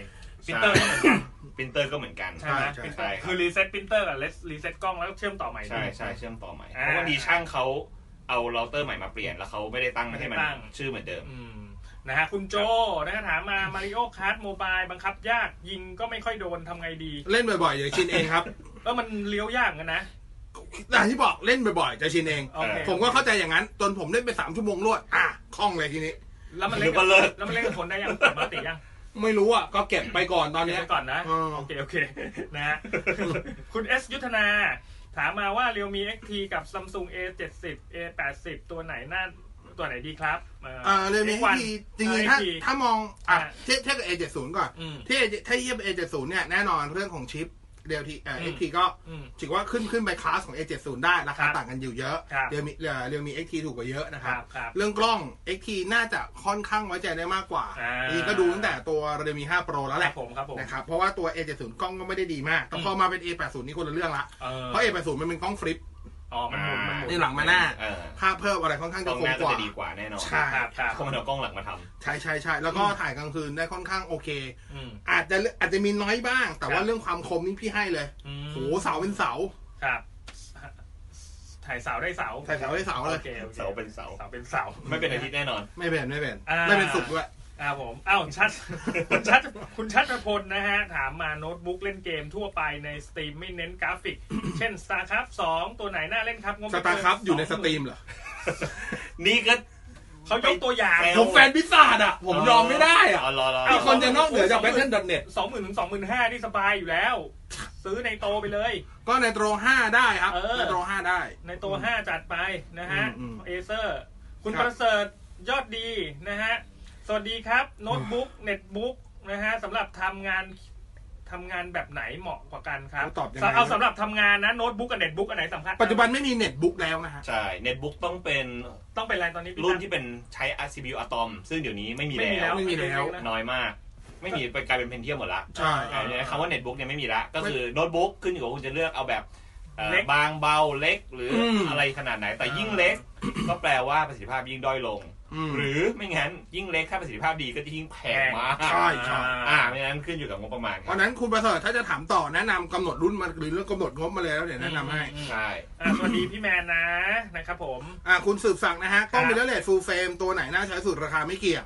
Speaker 4: ปรินเตอร์ก็เหมือนกัน
Speaker 6: ปรินเตอร์ก็
Speaker 4: ใช่ไหม
Speaker 6: เหมือนกัน
Speaker 3: ใช่
Speaker 4: ปรินเตอ
Speaker 6: ใช่
Speaker 4: ร์
Speaker 6: ครับ
Speaker 4: คือรีเซ็ตปรินเตอร์กับรีเซ็ตกล้องแล้วเชื่อมต่อใหม่ด้
Speaker 6: ใช่
Speaker 4: วย
Speaker 6: ใช่เชื่อมต่อใหม่
Speaker 4: อ่า
Speaker 6: เพราะบางทีช่างเขาเอาเราเตอร์ใหม่มาเปลี่ยนแล้วเขาไม่ได้ตั้งให้มัน
Speaker 4: ไม่ได้ตั้ง
Speaker 6: ชื่อเหมือนเดิม
Speaker 4: อืมนะฮะคุณโจนะฮะถามมามาริโอคาร์ดโมบายบังคับยากยิงก็ไม่ค่อยโดนทำไงดี
Speaker 3: เล่นบ่อยๆเดี๋ยวชินเองครับ
Speaker 4: ก็มันเลี้ยวยากกันนะ
Speaker 3: แต่ที่บอกเล่นบ่อยๆจะชินเอง
Speaker 4: โอเค
Speaker 3: ผมก็เข้าใจอย่างนั้น จนผมเล่นไป 3 ชั่วโมงรวด อ่ะคล่องเลยทีนี้
Speaker 4: แล้วมันเล่น
Speaker 6: หรือว่าเลิก
Speaker 4: แล้วมันเล่นกับคนได้ยังปกติยัง
Speaker 3: ไม่รู้อ่ะ ก็เก็บไปก่อนตอน
Speaker 4: เดี๋ย
Speaker 3: เนี้
Speaker 4: วย ไปก่อนนะ
Speaker 3: เออ
Speaker 4: โอเคโอเคนะฮะคุณเอสยุทธนา ถามมาว่าเรียวมี XT กับ Samsung A70 A80 ตัวไหนน่าตัวไหนดีครับเอ่อ
Speaker 3: อ่าเรื่องนี้
Speaker 4: X1
Speaker 3: ที่จริง
Speaker 4: เออ
Speaker 3: ๆถ้า
Speaker 4: X1
Speaker 3: ถ้ามองอ่ะ
Speaker 4: อ่ะ
Speaker 3: เทียบเทียบกับ A70 ก่อน
Speaker 4: อืม
Speaker 3: ที่ถ้าเทียบ A70 เนี่ยแน่นอนเรื่องของชิปเดียวทีเอ่อ
Speaker 4: อืม
Speaker 3: XT ก็
Speaker 4: อืม
Speaker 3: ถือว่าขึ้นขึ้นไปคลาสของ A70 ได้ราคา
Speaker 4: ครับ
Speaker 3: ต่างกันอยู่เยอะ
Speaker 4: ครับ
Speaker 3: เรียวมีเรียวมี XT ถูกกว่าเยอะนะ
Speaker 4: ค
Speaker 3: ครั
Speaker 4: รับ บครับ
Speaker 3: เรื่องกล้อง XT น่าจะค่อนข้างไว้ใจได้มากกว่า
Speaker 4: อ่า
Speaker 3: นี่ก็ดูตั้งแต่ตัว Redmi 5 Pro แล้ว
Speaker 4: ค
Speaker 3: แห
Speaker 4: รับ
Speaker 3: ละ
Speaker 4: ผมครับผม
Speaker 3: นะครับ เพราะว่าตัว A70 กล้องก็ไม่ได้ดีมาก แต่
Speaker 4: อืม
Speaker 3: พอมาเป็น A80 นี่คนละเรื่องละ
Speaker 4: เออ
Speaker 3: เพราะ A80 มันเป็นกล้องฟลิป
Speaker 4: อ๋อมันหมุนมันหมุน
Speaker 3: นี่หลังมาหน้า
Speaker 6: เออ
Speaker 3: ภาพเพิ่มอะไรค่อนข้าง
Speaker 6: กล้
Speaker 3: จะ
Speaker 6: อง
Speaker 3: ค
Speaker 6: ห
Speaker 3: ม
Speaker 6: น้า
Speaker 3: ก
Speaker 6: ก็
Speaker 3: ว่า
Speaker 6: จะดีกว่าแน่นอน
Speaker 3: ใช่
Speaker 4: ครับครับ
Speaker 6: เพราะมันเอากล้องหลังมาทำ
Speaker 3: ใช่ใช่ใช่แล้วก็ถ่ายกลางคืนได้ค่อนข้างโอเค
Speaker 4: อืม
Speaker 3: อาจจะอาจจะมีน้อยบ้าง แต่
Speaker 4: ค
Speaker 3: ว่า
Speaker 4: รับ
Speaker 3: เรื่องความคมนี่พี่ให้เลย
Speaker 4: อืม
Speaker 3: โหเสาเป็นเสา
Speaker 4: ครับ ถ่ายเสาได้เสา
Speaker 3: ถ่ายเสาได้เสาเล
Speaker 4: โอย เคโอค
Speaker 6: เสาเป็นเสา
Speaker 4: เสาเป็นเสา
Speaker 6: ไม่เป็นอาทิตย์แน่นอน
Speaker 3: ไม่เป็นไม่เป็นไม่เป็นสุกด้วย
Speaker 4: อ่าผมอ้าวชัด คุณชัดคุณชัดพลนะฮะ ถามมาโน้ตบุ๊กเล่นเกมทั่วไปในสตรีมไม่เน้นกราฟิก เช่น StarCraft 2 ตัวไหนน่าเล่นครับงบ
Speaker 3: ส
Speaker 4: ไม่เกิน
Speaker 3: ตาร์ครับอยู่ในสตรีม
Speaker 4: 20,000
Speaker 3: เหรอ
Speaker 6: นี่ก็
Speaker 4: เขายกตัวอย่าง
Speaker 6: แซ
Speaker 3: ผมแฟนพิซซ่าอ่ะ ผมยอมไม่ได้อ่ะ
Speaker 6: รอรอ
Speaker 3: มีคนจะนอกเหนือจากแบทเทิลดับเน็ต
Speaker 4: สองหมื่นถึงสองหมื่นห้านี่สบายอยู่แล้ว ซื้อในโตไปเลย
Speaker 3: ก็ในโตรห้าได้ครับ
Speaker 4: เออ
Speaker 3: ในโตรห้าได้
Speaker 4: ในโตห้าจัดไปนะฮะ
Speaker 3: อืมอืม
Speaker 4: เอเซอร์คุณ
Speaker 3: ครั
Speaker 4: ป
Speaker 3: บ
Speaker 4: ระเสริฐยอดดีนะฮะ สวัสดีครับ โน้ตบุ๊กเน็ตบุ๊กนะฮะสำหรับทำงานทำงานแบบไหนเหมาะกว่ากันครับ
Speaker 3: เขาตอบยังไง
Speaker 4: เอาสำหรับทำงานนะโน้ตบุ๊กกับเน็ตบุ๊กอันไหนสำคัญ
Speaker 3: ปัจจุบันไม่มีเน็ตบุ๊กแล้วนะฮะ
Speaker 6: ใช่เน็ตบุ๊กต้องเป็น
Speaker 4: ต้องเป็นอะไรตอนนี้พี่
Speaker 6: รุ่น
Speaker 4: ตั้ม
Speaker 6: ที่เป็นใช้ CPU Atom ซึ่งเดี๋ยวนี้ไม่มี
Speaker 4: ไม่มีแล้
Speaker 6: แล้ว ว
Speaker 3: ไม่มีแล้ว
Speaker 6: น้อยมาก ไม่มีไปกลายเป็นเพนเทียมหมดละ
Speaker 3: ใช่
Speaker 6: อ่าเนี่ยคำว่าเน็ตบุ๊กเนี่ยไม่มีละก็คือโน้ตบุ๊กขึ้นอยู่กับว่าคุณจะเลือกเอาแบบเอ่อ
Speaker 4: เล็ก
Speaker 6: บางเบาเล็กหรืออ
Speaker 3: ม
Speaker 6: อะไรขนาดไหนแต่ยิ่งเล็ก ก็แปลว่าประสิทธิภาพยิ่งด้อยลง
Speaker 3: อืม
Speaker 6: หรือไม่งั้นยิ่งเล็กค่าประสิทธิภาพดีก็จะยิ่งแพงมาก
Speaker 3: ใช่
Speaker 4: อ่า
Speaker 6: อ่าไม่งั้นขึ้นอยู่กับงบประมาณค
Speaker 3: เพ
Speaker 6: รับ
Speaker 3: ราะฉะนั้นคุณประเสริฐถ้าจะถามต่อแนะนำกำหนดรุ่นมาหรือเรื่องกำหนดงบมาเลยแล้วเดี๋ยวแนะนำให้
Speaker 4: อืม
Speaker 6: ใช่
Speaker 4: อ่าสวัสดีพี่แมนนะนะครับผม
Speaker 3: อ่าคุณสืบสั่งนะฮะกล้อง
Speaker 4: ครับ
Speaker 3: มิเรเลสฟูลเฟรมตัวไหนน่าใช้สุดราคาไม่เกี่ยง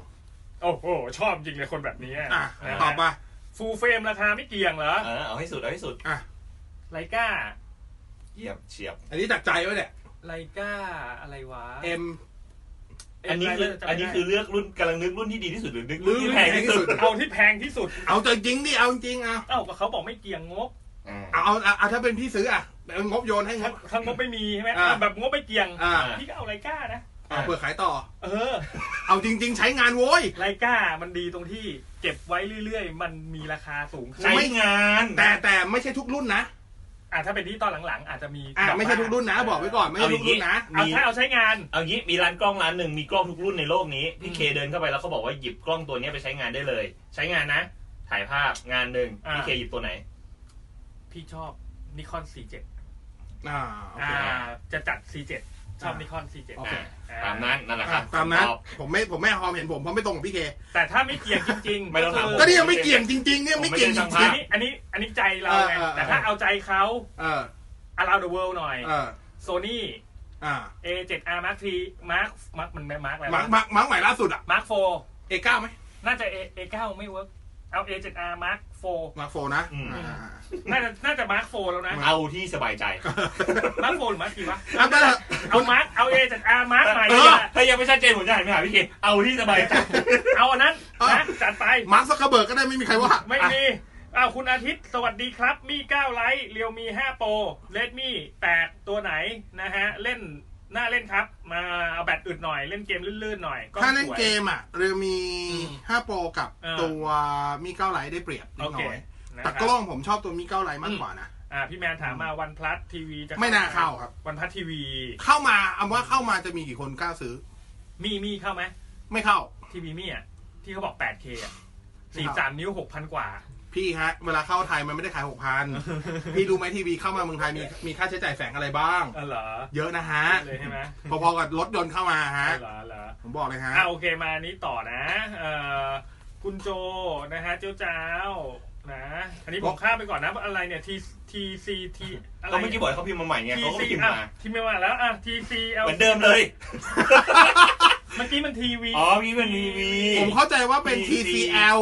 Speaker 4: โอ้โห ชอบจริงเลยคนแบบนี้
Speaker 3: อ่ะตอบมา
Speaker 4: ฟูลเฟรมราคาไม่เกี่ยงเหรอ
Speaker 6: เออเอาให้สุดเอาให้สุด
Speaker 4: ไลก้า
Speaker 6: เยี่ยมเฉียบ
Speaker 3: อันนี้จากใจไว้เนี่ย
Speaker 4: ไลก้าอะไรวะ
Speaker 3: M
Speaker 6: อันนี้คือ
Speaker 4: จำไม่ได้
Speaker 6: อันนี้คือเลือกรุ่นกำลังนึกรุ่นที่ดีที่สุดหรือนึกรุ่น
Speaker 3: รุ่
Speaker 6: ที่
Speaker 3: นที่
Speaker 6: แพงที่
Speaker 3: แพงที่สุด
Speaker 6: สุด
Speaker 4: เอาที่แพงที่สุด
Speaker 3: เอาจริงๆดิเอาจริงๆเอา
Speaker 4: เอ้าก็เขาบอกไม่เกี่ยงง บ
Speaker 6: อ่า
Speaker 3: เอาเอาเอาเอาถ้าเป็นพี่ซื้ออ่ะเอางบโยนให้ง
Speaker 4: ทั้ง
Speaker 3: บ
Speaker 4: ทั้งงบไม่มีใช่ไหม
Speaker 3: อ่า
Speaker 4: เอาแบบงบไม่เกี่ยง
Speaker 3: อ่า
Speaker 4: พี่ก็เอาไรก้านะ
Speaker 3: เอาเปิดขายต่อ
Speaker 4: เออ
Speaker 3: เอาจริง ๆ ใช้งานโว้ย
Speaker 4: ไรก้ามันดีตรงที่เก็บไว้เรื่อยๆ มันมีราคาสูงขึ้น
Speaker 6: ใช้งาน
Speaker 3: แต่แต่ไม่ใช่ทุกรุ่นนะ
Speaker 4: อ่ะถ้าเป็นที่ตอนหลังๆ อาจจะมี
Speaker 3: อ่ะ
Speaker 4: แบบ
Speaker 3: ไม่ใช่ทุกรุ่นนะ บอกไว้ก่อนไม่ใช่ทุกรุ่นนะ
Speaker 4: เอาถ้าเอาใช้งาน
Speaker 6: เอางี้มีร้านกล้องร้านหนึ่งมีกล้องทุกรุ่นในโลกนี้
Speaker 4: อื
Speaker 6: พี่
Speaker 4: ม
Speaker 6: เคเดินเข้าไปแล้วเขาบอกว่าหยิบกล้องตัวเนี้ยไปใช้งานได้เลย ใช้งานนะ ถ่ายภาพงานหนึ่ง
Speaker 4: อ่า
Speaker 6: พี่เคหยิบตัวไหน
Speaker 4: พี่ชอบนิคอน C7
Speaker 3: อ่าโอ
Speaker 4: อ่า
Speaker 3: เค
Speaker 4: จะจัด C7 ชอบ
Speaker 3: อ่านิ
Speaker 4: นิคอน C7
Speaker 3: โอเค
Speaker 6: อ่าตามนั้นนั่นแหละครับ
Speaker 3: ตามนั้น
Speaker 6: คำตอบ
Speaker 3: ผมไม่ผมไม่ฮอมเห็นผมเพราะไม่ตรงกับพี่เค
Speaker 4: แต่ถ้าไม่เกี่ยงจริงๆ
Speaker 6: ไม่ต้องถาม
Speaker 4: คื
Speaker 6: ผม
Speaker 3: ก็นี่ยังไม่เกี่ยงจริง ๆ เนี่ยไม่เกี่ยงจ
Speaker 6: ผมไม่
Speaker 3: ริง
Speaker 4: อัน
Speaker 6: ได้
Speaker 4: นี้อันนี้อันนี้ใจเราไง
Speaker 3: เออเออเออ
Speaker 4: แต่ถ้าเอาใจเขา
Speaker 3: ๆเออ
Speaker 4: อาราเดอะเวิลด์หน่อย
Speaker 3: เออ
Speaker 4: โซนี่
Speaker 3: อ่า
Speaker 4: A7R Mark III Mark Mark มันไม่ Mark อะไร
Speaker 3: มาร์คมาร์คมาร์คใหม่ล่าสุดอ่ะ
Speaker 4: Mark 4
Speaker 3: เอเก้าไหม
Speaker 4: น่าจะ A A9 ไม่เวิร์กเอา A7R Mark
Speaker 3: มาร์คโฟนนะ
Speaker 6: อืม
Speaker 3: อ่าอ่า
Speaker 4: 4น่าจะน่าจะ Mark 4แล้วนะ
Speaker 6: เอาที่สบายใจ
Speaker 4: Mark 4หรือ Mark 4วะ
Speaker 3: อ่ะแต่
Speaker 4: เอา Mark เอา A7R Mark ใหม่
Speaker 6: เอ
Speaker 4: ดีก
Speaker 6: อ
Speaker 4: ว่า
Speaker 6: ถ้ายังไม่ชัดเจนผมจะหันไปหาพี่เคเอาที่สบายใจ
Speaker 4: เอาอันนั้น
Speaker 3: เออ
Speaker 4: นะ จัดไป
Speaker 3: มาร์คซักเคอร์เบิร์กก็ได้ไม่มีใครว่า
Speaker 4: ไม่
Speaker 3: อ่ะ
Speaker 4: มีอ้าวคุณอาทิตย์ สวัสดีครับ มี 9 ไลท์เรียวมี 5 โปรเลดมี่8ตัวไหนนะฮะ เล่นหน้าเล่นครับ มาเอาแบตอึดหน่อย เล่นเกมลื่นๆหน่อยก็
Speaker 3: ถ้าเล่น
Speaker 4: สวย
Speaker 3: เกมอ่ะเรือมีห้าโปรกับ
Speaker 4: เออ
Speaker 3: ตัวมีเก้าไลท์ได้เปรียบนิ
Speaker 4: โอ
Speaker 3: ดห
Speaker 4: เค
Speaker 3: น่อย
Speaker 4: นะค
Speaker 3: แต่
Speaker 4: รับ
Speaker 3: กล้องผมชอบตัวมีเก้าไลท์มากกว่านะ
Speaker 4: อ่าพี่แมนถามมาวันพลัสทีวีจะ
Speaker 3: ไม่น่าเข้าครับ
Speaker 4: วันพลัสทีวี
Speaker 3: เข้ามาเอาว่าเข้ามาจะมีกี่คนกล้าซื้อ
Speaker 4: มีมีเข้าไหม
Speaker 3: ไม่เข้า
Speaker 4: ทีวีมีอ่ะ ที่เขาบอก 8K อ่ะ43 นิ้ว 6,000 กว่า
Speaker 3: พี่ฮะ เวลาเข้าไทยมันไม่ได้ขายหก พันพี่รู้ไหมทีวีเข้ามาเมืองไทยมีมีค่าใช้จ่ายแฝงอะไรบ้าง
Speaker 4: เออเหรอ
Speaker 3: เยอะนะฮะ
Speaker 4: เลยใช่ไหม
Speaker 3: พอๆกับรถยนต์เข้ามา
Speaker 4: เอ
Speaker 3: ฮะ
Speaker 4: อเหรอเหรอ
Speaker 3: ผมบอกเลยฮะ
Speaker 4: อ่ะโอเคมาอันนี้ต่อนะเอ่อคุณโจนะฮะเจ้าเจ้านะ อันนี้ผมข้ามไปก่อนนะอะไรเนี่ย T T C T อะไร
Speaker 6: ก็เมื่อกี้บอกให้เขาพิมพ์มาใหม่ไง
Speaker 4: T
Speaker 6: เขาก็
Speaker 4: C
Speaker 6: พิมพ์
Speaker 4: อ่ะ
Speaker 6: มา
Speaker 4: ที่ไม่ว่าแล้วอ่ะ T C
Speaker 6: เหมือนเดิมเลย
Speaker 4: เมื่อกี้มัน T V
Speaker 6: อ๋อมีมันมีวี
Speaker 3: ผมเข้าใจว่าเป็น TCL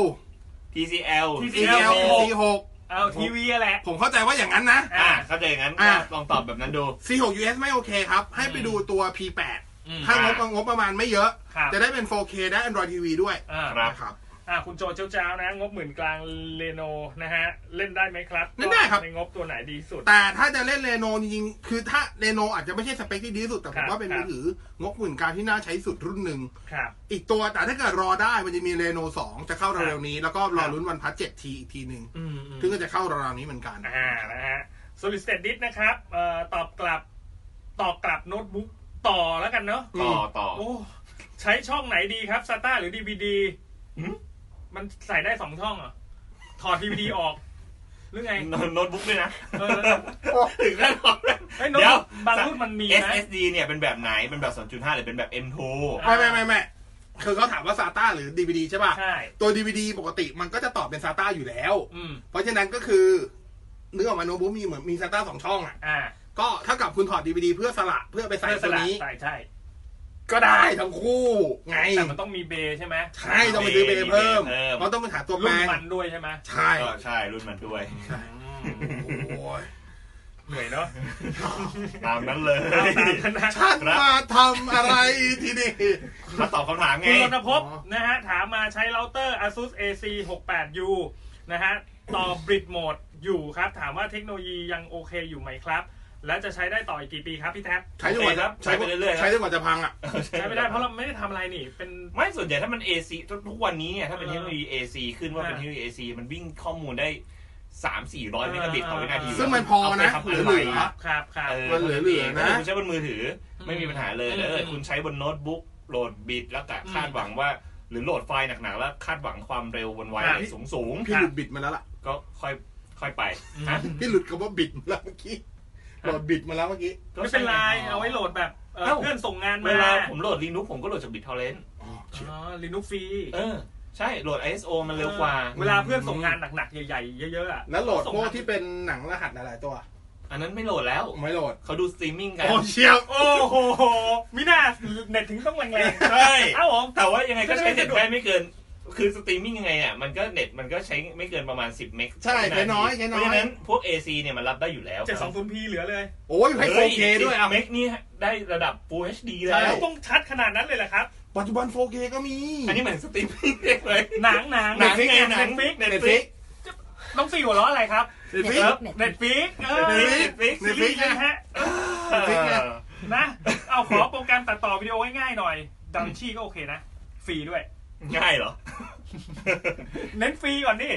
Speaker 6: TCL
Speaker 4: TCL
Speaker 3: TCL C6
Speaker 4: เอา T V แหละ
Speaker 3: ผมเข้าใจว่าอย่างนั้นนะ
Speaker 6: อ่าเข้าใจอย่างนั้น
Speaker 3: อ่ะ
Speaker 6: ลองตอบแบบนั้นดู
Speaker 3: C6 US ไม่โอเคครับ ให้ไปดูตัว P8
Speaker 4: อืม
Speaker 3: ถ้างบงบประมาณไม่เยอะ
Speaker 4: ครับ
Speaker 3: จะได้เป็น 4K ได้ Android TV ด้วย
Speaker 4: อ่า
Speaker 6: ครับ
Speaker 3: นะครับ
Speaker 4: อ่ะคุณโจเจ้าเจ้านะ งบหมื่นกลางเลโนนะฮะ เล่นได้ไหมครับ
Speaker 3: เล่นได้ครับ
Speaker 4: ในงบตัวไหนดีสุด
Speaker 3: แต่ถ้าจะเล่นเรโนจริงๆคือถ้าเรโนอาจจะไม่ใช่สเปคที่ดีที่สุด แต่ผ
Speaker 4: ครั
Speaker 3: ม
Speaker 4: บ
Speaker 3: ว่าเป็น
Speaker 4: ค
Speaker 3: มื
Speaker 4: รับ
Speaker 3: อถืองบหมื่นกลางที่น่าใช้สุดรุ่นหนึ่ง
Speaker 4: ครับ
Speaker 3: อีกตัวแต่ถ้าเกิดรอได้มันจะมีเรโน2 จะเข้า
Speaker 4: ครั
Speaker 3: เร็ว
Speaker 4: บ
Speaker 3: ๆนี้ แล้วก็รอลุ้นวันพัด 7T อีกทีหนึ่ง
Speaker 4: อืมอืม
Speaker 3: ซึ่งก็จะเข้าราวๆนี้เหมือนกัน
Speaker 4: อ่านะฮะ solid state disk นะครับเอ่อตอบกลับตอบกลับโน้ตบุ๊กต่อแล้วกันเนาะ
Speaker 6: ต่อต่อ
Speaker 4: โอ้ใช้ช่องไหนดีครับ SATA หรือ DVD
Speaker 6: หืม
Speaker 4: มันใส่ได้สองช่องเหรอ ถอด DVD ออก หรือไง
Speaker 6: โน้ตบุ๊กด้วยนะ
Speaker 4: เออ
Speaker 6: ถึงขั้นบอกเลย
Speaker 4: เฮ้ยโน้ต
Speaker 6: เดี๋ยว
Speaker 4: บุ๊กบางรุ่นมันมีนะ
Speaker 6: SSD เนี่ยเป็นแบบไหนเป็นแบบ 2.5 หรือเป็นแบบ M2
Speaker 4: อ่า
Speaker 3: ไม่ไม่ไม่ไม่คือเขาถามว่า SATA หรือ DVD ใช่ป่ะ
Speaker 4: ใช่
Speaker 3: ตัว DVD ปกติมันก็จะตอบเป็น SATA อยู่แล้ว
Speaker 4: อืม
Speaker 3: เพราะฉะนั้นก็คือนึกออกมาโนตบุ๊กมีเหมือนมี SATA สองช่องอ่ะ
Speaker 4: อ่า
Speaker 3: ก็เท่ากับคุณถอด DVD เพื่อสละเพื่อไปใส่ตัวนี้
Speaker 4: ใส่ใช่
Speaker 3: ก็ได้ทั้งคู่ ไง
Speaker 4: แต่มันต้องมีเบย์ใช่ไหม
Speaker 3: ใช่ต้องไปซื้อเบเพิ่ม
Speaker 6: เบเพิ่ม
Speaker 3: เพราะต้องไปหาตัวแป
Speaker 4: รุ่
Speaker 3: ล
Speaker 4: น
Speaker 3: ง
Speaker 4: มันด้วยใช่ไหม
Speaker 3: ใช่
Speaker 6: ก็ใช่รุ่นมันด้วย
Speaker 3: โอ้ย
Speaker 4: เหนื่อยเนาะ
Speaker 6: ตามนั้นเลย
Speaker 4: เอาตามกันนะ
Speaker 3: ท่านมาทำอะไรทีนี้
Speaker 6: มาตอบคำถามไง
Speaker 4: คุณรณพบ
Speaker 3: อ๋อ
Speaker 4: นะฮะ ถามมาใช้เราเตอร์ ASUS AC 68 U นะฮะ ต่อบริดโหมดอยู่ครับ ถามว่าเทคโนโลยียังโอเคอยู่ไหมครับ และจะใช้ได้ต่ออีกกี่ปีครับพี่แท็บ
Speaker 3: ใช้จนกว่าจะ
Speaker 6: ใช้ไปเรื่อยๆครับ
Speaker 3: ใช้จนกว่าจะพังอ่ะ
Speaker 4: ใช้ไม่ได้เพราะเราไม่ได้ทำอะไรนี่ เป็น
Speaker 6: ไม่ส่วนใหญ่ถ้ามัน AC ทุกทุกวันนี้เนี่ยถ้าเป็น
Speaker 4: เออ
Speaker 6: เทคโนโลยี AC ขึ้นว่าเป็น
Speaker 4: อ่า
Speaker 6: เทคโนโลยี AC มันวิ่งข้อมูลได้สามสี่ร้อยเมกะบิตต่อวินาที
Speaker 4: อ่า
Speaker 3: ซึ่งมันพอนะ
Speaker 6: เาไปทำ
Speaker 3: หรือ
Speaker 6: ไร
Speaker 3: เหลือ
Speaker 4: ครับครับ
Speaker 6: เออ
Speaker 3: มันเหลือๆนะ
Speaker 6: คุณใช้บนมือถือไม่มีปัญหาเลย
Speaker 4: อืม
Speaker 6: แต่ถ้าเกิดคุณใช้บนโน้ตบุ๊กโหลดบิตแล้วแต่คาดหวังว่า หรือโหลดไฟล์หนักๆแล้วคาดหวังความเร็วบนไว
Speaker 4: อ่า
Speaker 6: เลสสูง
Speaker 3: พี่หลุดบิดมาแล้วล่ะ
Speaker 6: ๆก็ค่อยค่อยไปฮะ
Speaker 3: พี่หลุดคำว่าบิดมาแล้วเมื่อกี้โหลดบิดมาแล้วเมื่อกี้
Speaker 4: ไม่เป็นไร เอาไว้โหลดแบบเอ่อ
Speaker 6: เอ้า
Speaker 4: เพื่อนส่งงานมา
Speaker 6: เวลาผมโหลด Linux ผมก็โหลดจากบิตทอร์เรนต์
Speaker 3: อ๋อเชี่ย
Speaker 4: อ๋อลินุกฟรี
Speaker 6: เออ ใช่โหลด ISO มันเร็วกว่า
Speaker 4: เวลาเพื่อนส่งงานหนักๆ ใหญ่ๆ เยอะๆอะ
Speaker 3: แล้วโหลด
Speaker 4: ส่ง
Speaker 3: พวก
Speaker 4: งาน
Speaker 3: ที่เป็นหนังรหัสหลายๆตัว
Speaker 6: อันนั้นไม่โหลดแล้ว
Speaker 3: ไม่โหลด
Speaker 6: เขาดูสตรีมมิ่งกัน
Speaker 3: โอ้เชียว
Speaker 4: โอ้โหมิน่าเน็ตถึงต้องแรงๆ
Speaker 6: ใช่
Speaker 4: เอ้าผม
Speaker 6: แต่ว่ายังไงก็ใช้
Speaker 4: ก็จะไม่
Speaker 6: เน็
Speaker 4: สะ
Speaker 6: ต
Speaker 4: ดวก
Speaker 6: ได้ไม่เกิน คือสตรีมมิ่งยังไงอ่ะมันก็เน็ตมันก็ใช้ไม่เกินประมาณ 10 เมก
Speaker 3: ใช่ใช้น้อยใช้
Speaker 6: เพ
Speaker 3: น้อ
Speaker 6: ราะฉะ
Speaker 3: ย
Speaker 6: นั้นพวก AC เนี่ยมันรับได้อยู่แล้ว
Speaker 4: เจ็ดสองศูนย์พีเหลือเลย
Speaker 3: โอ้ยให้ 4K ด้วยอ่ะ
Speaker 6: เมกนี่ได้ระดับ Full HD แล้
Speaker 3: ใช่
Speaker 6: ว
Speaker 4: ต้องชัดขนาดนั้นเลยเหรอครับ
Speaker 3: ปัจจุบัน 4K ก็มี
Speaker 6: อันนี้เหมือนสตรีมมิ่งเลย
Speaker 4: หนังหนัง
Speaker 6: หนังไงหนัง
Speaker 4: ฟิก
Speaker 3: Netflix
Speaker 4: ต้องตีหัวล้ออะไรครับ
Speaker 3: Netflix
Speaker 4: เน็ตฟิกเออ
Speaker 3: Netflix
Speaker 4: ซีรีส์นะฮะ
Speaker 3: Netflix ไง
Speaker 4: นะ เอาขอโปรแกรมตัดต่อวิดีโอง่ายๆหน่อยดังชี่ก็โอเคนะ ฟรีด้วย
Speaker 6: ง่ายเหรอ
Speaker 4: เน้นฟรีก่อนดิ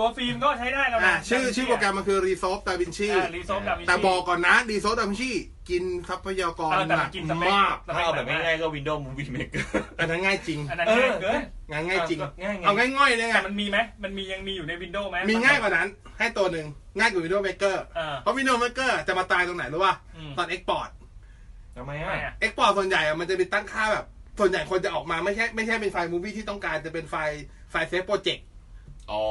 Speaker 4: ตัวฟิล์มก็ใช้ได้แล้ว
Speaker 3: อ่ะ
Speaker 4: นะ
Speaker 3: ชื่อชื่อโปรแกรมมันคือ Resolve Da Vinci
Speaker 4: รีโซฟดังชี่
Speaker 3: แต่บอกก่อนนะ Resolve Da Vinci กินทรัพยากร
Speaker 4: เออแต่
Speaker 3: ห
Speaker 4: มั
Speaker 3: นั
Speaker 4: น
Speaker 3: ก
Speaker 4: กินสเปค
Speaker 3: มาก
Speaker 6: ถ้าเอาแบบง่ายๆก็ Windows Movie Maker
Speaker 3: อันนั้นง่ายจริง
Speaker 4: อันนั้นง่ายเกิน
Speaker 3: งานง่ายจริง
Speaker 6: ง่ายไง
Speaker 3: เอาง่ายๆเลยไง
Speaker 4: แต่มันมีไหมมันมียังมีอยู่ในวินโดว์ไหม
Speaker 3: มีง่ายกว่านั้น ให้ตัวหนึ่งง่ายกว่า Windows Maker
Speaker 4: เออ
Speaker 3: เพราะ Windows Maker จะมาตายตรงไหนรู้ป่ะ
Speaker 4: อืม
Speaker 3: ตอน Export
Speaker 6: ทำไม
Speaker 4: ไม่
Speaker 6: อ่ะ
Speaker 4: อะ
Speaker 3: Export ส่วนใหญ่อะมันจะไปตั้งค่าแบบ ส่วนใหญ่คนจะออกมาไม่ใช่ไม่ใช่เป็นไฟล์มูฟี่ที่ต้องการจะเป็นไฟล์ไฟล์เซฟโปรเจกต์
Speaker 6: อ๋อ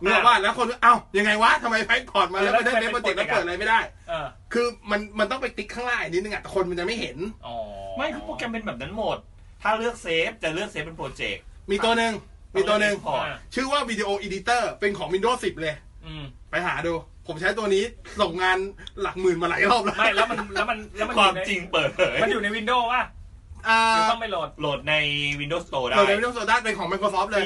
Speaker 3: เนื่อว่าแล้วคนเอ้ายังไงวะทำไมไฟล์พอร์ตมาแล้วไม่ได้
Speaker 4: แล้ว
Speaker 3: เซ
Speaker 4: เป็
Speaker 3: ฟ
Speaker 4: น
Speaker 3: โปรเจกต์แล้ว
Speaker 4: project
Speaker 3: เปิดอะไรไม่ได้
Speaker 4: เออ
Speaker 3: คือมันมันต้องไปติ๊กข้างล่างอีกนิดนึงอะแต่คนมันจะไม่เห็น
Speaker 4: อ๋อ
Speaker 6: ไม่คือโปรแกรมเป็นแบบนั้นหมด ถ้าเลือกเซฟจะเลือกเซฟเป็นโปรเจกต์
Speaker 3: มีตัวหนึ่งมีตัวหนึ่ง
Speaker 6: พอร์ต
Speaker 3: ชื่อว่า Video Editor เป็นของ Windows 10 เลย
Speaker 4: อืม
Speaker 3: ไปหาดู ผมใช้ตัวนี้ส่งงานหลักหมื่นมาหลายรอบแล้ว
Speaker 4: ไม่แล้วมันแล้วมันแล้วมัน
Speaker 6: ความ
Speaker 4: อยู่ใน
Speaker 6: จริงเปิดเผย
Speaker 4: มันอยู่ในวินโดว์ป่ะ
Speaker 3: อ่า
Speaker 4: หรือต้องไปโหลด
Speaker 6: โหลดใน Windows Store ได้
Speaker 3: เราเดวิดโซดาเป็นของ Microsoft เลย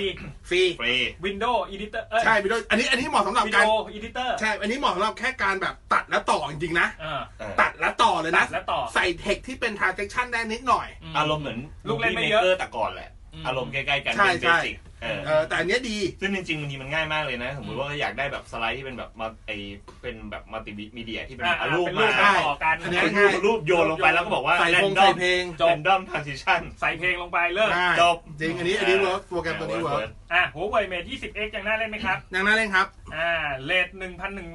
Speaker 4: ฟรี
Speaker 3: ฟรี
Speaker 6: ฟรี
Speaker 4: Windows Editor เอ้ย
Speaker 3: ใช่วิดีโออันนี้อันนี้เหมาะสำหรับการ
Speaker 4: Video Editor
Speaker 3: ใช่ อันนี้เหมาะสำหรับแค่การแบบตัดแล้วต่อจริงๆนะ
Speaker 4: อ่า
Speaker 6: เออ
Speaker 3: ตัดแล้วต่อเลยนะ
Speaker 4: ตัดและต่อ
Speaker 3: ใส่เทคที่เป็น transaction ได้นิดหน่อย
Speaker 4: อืม
Speaker 6: อารมณ์เหมือน
Speaker 4: ลูกเล่นไม่เยอะ
Speaker 6: Movie Maker แต่ก่อนแหละ
Speaker 4: อืม
Speaker 6: อารมณ์ใกล้ๆกัน
Speaker 3: ใช่
Speaker 6: เป็นเบ
Speaker 3: ใช่
Speaker 6: สิกเออ
Speaker 3: เออแต่อันเนี้ยดี
Speaker 6: ซึ่งจริงๆบางทีมันง่ายมากเลยนะ สมมติว่าอยากได้แบบสไลด์ที่เป็นแบบมาไอเป็นแบบมัลติมีเดียที่เป็น
Speaker 4: อ่า
Speaker 6: รูป
Speaker 4: เป็นรู
Speaker 6: มา
Speaker 4: ป
Speaker 3: ได้
Speaker 4: มาต่อกัน
Speaker 3: อันนี้
Speaker 6: เป็นรูปรูปโยนลงไปแล้วก็บอกว่า
Speaker 3: ใส่พง
Speaker 6: random
Speaker 3: ใส่เพลง
Speaker 4: จบ
Speaker 6: random transition
Speaker 4: ใส่เพลงลงไปเลิก
Speaker 3: ได้
Speaker 6: จบ
Speaker 3: จริงอันนี้อันนี้เวิร์กโปรแกรมตัวนี้เวิร์ก
Speaker 4: อ่ะ Huawei Mate 20X ยังน่าเล่นไหมครับ
Speaker 3: ยังน่าเล่นครับ
Speaker 4: อ่าเลทหนึ่งพันหนึ่ง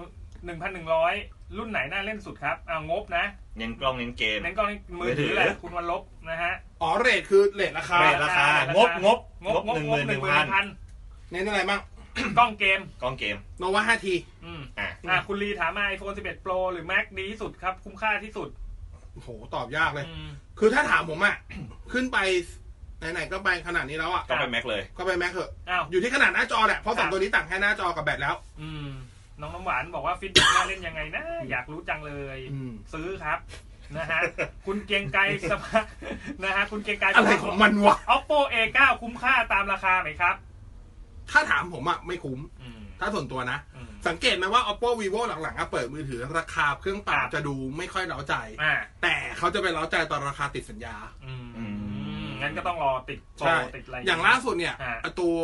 Speaker 4: หนึ่งพันหนึ่งร้อยรุ่นไหนน่าเล่นสุดครับอ่างบนะ
Speaker 6: เน้นกล้องเน้นเกม
Speaker 4: เน้นกล้องมือถือแหละคุณวันลบนะฮะ
Speaker 3: อ๋อเรทคือเรทราคา
Speaker 6: เรท ราคางบงบ
Speaker 4: งบงบ
Speaker 6: งบ
Speaker 4: งบหนึ่งหมื่น
Speaker 6: 11,000
Speaker 4: พัน
Speaker 3: เน้นอะไรบ้าง
Speaker 4: กล้องเกม
Speaker 6: กล้องเกม
Speaker 3: โนวา 5T
Speaker 4: อืม
Speaker 6: อ่ะ
Speaker 4: อ่าคุณลีถามมา iPhone 11 Pro หรือ Mac ดีที่สุดครับ คุ้มค่าที่สุด
Speaker 3: โอ้โห ตอบยากเลย
Speaker 4: อืม
Speaker 3: คือถ้าถามผมอ่ะ ขึ้นไป ไหนๆ ก็ไปขนาดนี้แล้วอ่ะ
Speaker 6: ก็ไปแม็กเลย
Speaker 3: ก็ไปแม็กเถอะ
Speaker 4: อ้าว
Speaker 3: อยู่ที่ขนาดหน้าจอแหละ เพราะสอง
Speaker 4: ครับ
Speaker 3: ตัวนี้ต่างแค่หน้าจอกับแบตแล้ว
Speaker 4: อืม น้องน้ำหวานบอกว่าฟิตน่าเล่นยังไงนะ อยากรู้จังเลย
Speaker 3: อืม
Speaker 4: ซื้อครับ นะฮะ คุณเกรียงไก รสภานะฮะ คุณเกรียงไกร
Speaker 3: อะไรของมันวะ
Speaker 4: อ oppo a9 คุ้มค่าตามราคาไหมครับ
Speaker 3: ถ้าถามผมอ่ะ ไม่คุ้ม
Speaker 4: อืม
Speaker 3: ถ้าส่วนตัวนะ
Speaker 4: อืม
Speaker 3: สังเกตไหมว่า oppo vivo หลังๆอะเปิดมือถือราคาเครื่องเปล่า
Speaker 4: ครับ
Speaker 3: จะดูไม่ค่อยเร้าใจ
Speaker 4: อ่า
Speaker 3: แต่เขาจะไปเร้าใจตอนราคาติดสัญญา
Speaker 4: อืม
Speaker 6: อืม
Speaker 4: งั้นก็ต้องรอติดโปร
Speaker 3: ใช่
Speaker 4: ติดอะไร
Speaker 3: อย่างล่าสุดเนี่ย
Speaker 4: อ่า
Speaker 3: ตัว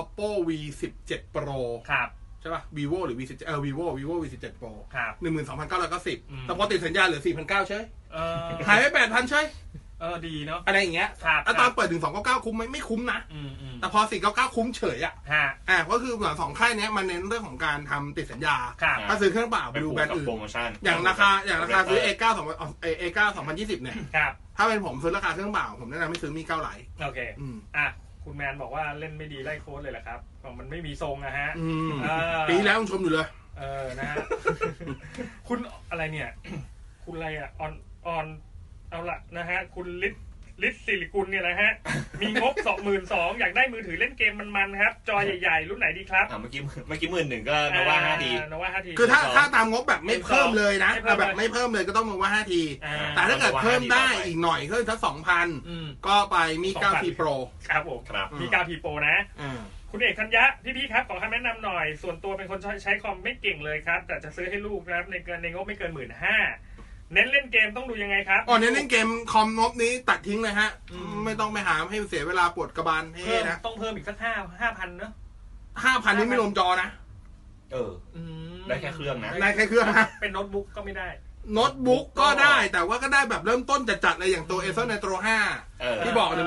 Speaker 3: oppo v 1 7 pro
Speaker 4: ครับ
Speaker 3: ใช่ป่ะ vivo หรือ v 1 7เออ vivo vivo v 1 7 pro
Speaker 4: ครับ
Speaker 3: หนึ่งหมื่นสองพันเก้าร้อยเก้าสิบ
Speaker 4: อืม
Speaker 3: แต่พอติดสัญญาเหลือสี่พันเก้าเฉย
Speaker 4: เอ อ
Speaker 3: หายไปแปดพันเฉย
Speaker 4: เออ ดีเนาะ
Speaker 3: อะไรอย่างเงี้ย
Speaker 4: ครับ
Speaker 3: แล้วตอนเปิดถึงสองเก้าเก้าคุ้มไหมไม่คุ้มนะ
Speaker 4: อืมอืม
Speaker 3: แต่พอสี่เก้าเก้าคุ้มเฉยอ่ะ
Speaker 4: ฮะ
Speaker 3: อ่าก็คือเหมือนสองค่ายเนี้ยมันเน้นเรื่องของการทำติดสัญญา
Speaker 4: ครับ
Speaker 6: อ่ะ
Speaker 3: ถ้าซื้อเครื่องเปล่าไป
Speaker 6: ไป
Speaker 3: ดู
Speaker 6: ผูก
Speaker 3: แบรนด์
Speaker 6: กับ
Speaker 3: อื่น
Speaker 6: โปรโมชั่น
Speaker 3: อย่างราคาอย่างราคาซื้อ A9 สองเอเก้าสองพันยี่สิบเนี่ย
Speaker 4: ครับ
Speaker 3: ถ้าเป็นผมซื้อราคาเครื่องเปล่า ผมแนะนำให้ซื้อมีเก้าไหล
Speaker 4: โอเค
Speaker 3: อืม
Speaker 4: อ่ะ คุณแมนบอกว่าเล่นไม่ดีไล่โค้ดเลยเหรอครับอ๋อมันไม่มีทรงอะฮะ
Speaker 3: อืม
Speaker 4: อ่า
Speaker 3: ปีที่แล้วยังชมอยู่เลย
Speaker 4: เออ นะฮะ คุณอะไรเนี่ย คุณอะไรอ่ะ ออน ออน เอาละนะฮะ คุณลิศลิศสิริกุลเนี่ยนะฮะ มีงบสองหมื่นสองอยากได้มือถือเล่นเกมมันๆครับ จอใหญ่ๆ รุ่นไหนดีครับ
Speaker 6: อ่ะเมื่อกี้เมื่อกี้หมื่นหนึ่งก็นว่าห้าดี
Speaker 4: นว่าห้าที
Speaker 3: คือถ้า
Speaker 6: ครับ
Speaker 3: ถ้าตามงบแบบไม่เพิ่มเลยนะ
Speaker 4: ไม่เพิ่
Speaker 3: แต่
Speaker 4: ม
Speaker 3: แบบไม่เพิ่มเลยก็ต้องมองว่า 5 ที
Speaker 4: อ่า
Speaker 3: แต่ถ้าเกิด
Speaker 6: ต้องมองว่า
Speaker 3: เพิ่ม
Speaker 6: 5ที
Speaker 3: ได้
Speaker 6: ต่อไป
Speaker 3: อีกหน่อยก็ถ้าสองพัน
Speaker 4: อืม
Speaker 3: ก็ไปมี
Speaker 4: 2,000
Speaker 3: 9ทีโปร
Speaker 4: ครับผม
Speaker 6: ครับ
Speaker 4: มีกาพีโปรนะ
Speaker 3: อ่า
Speaker 4: คุณเอกธัญญะพี่ๆครับขอคำแนะนำหน่อย ส่วนตัวเป็นคนใช้ใช้คอมไม่เก่งเลยครับ แต่จะซื้อให้ลูกนะครับ ในเกินในงบไม่เกินหมื่นห้าเน้นเล่นเกมต้องดูยังไงครับ
Speaker 3: อ๋อเน้นเล่นเกมคอมงบนี้ตัดทิ้งเลยฮะ
Speaker 4: อืม
Speaker 3: ไม่ต้องไปหาให้เสียเวลาปวดกระบาลเฮ้
Speaker 4: เพิ่ม
Speaker 3: นะ
Speaker 4: ต้องเพิ่มอีกสักห้าห้าพันเนอะ
Speaker 3: ห้าพันนี่ไม่รวมจอนะ
Speaker 6: เออ ได้แค่เครื่องนะ
Speaker 3: ในแค่เครื่องนะ
Speaker 4: เป็นโน้ตบุ๊กก็ไม่ได้
Speaker 3: โน้ตบุ๊กก็ได้แต่ว่าก็ได้แบบเริ่มต้นจัดๆเลยอย่างตัว Acer Nitro
Speaker 6: เออ
Speaker 3: 5 ที่บอก 19,900 ต
Speaker 6: มั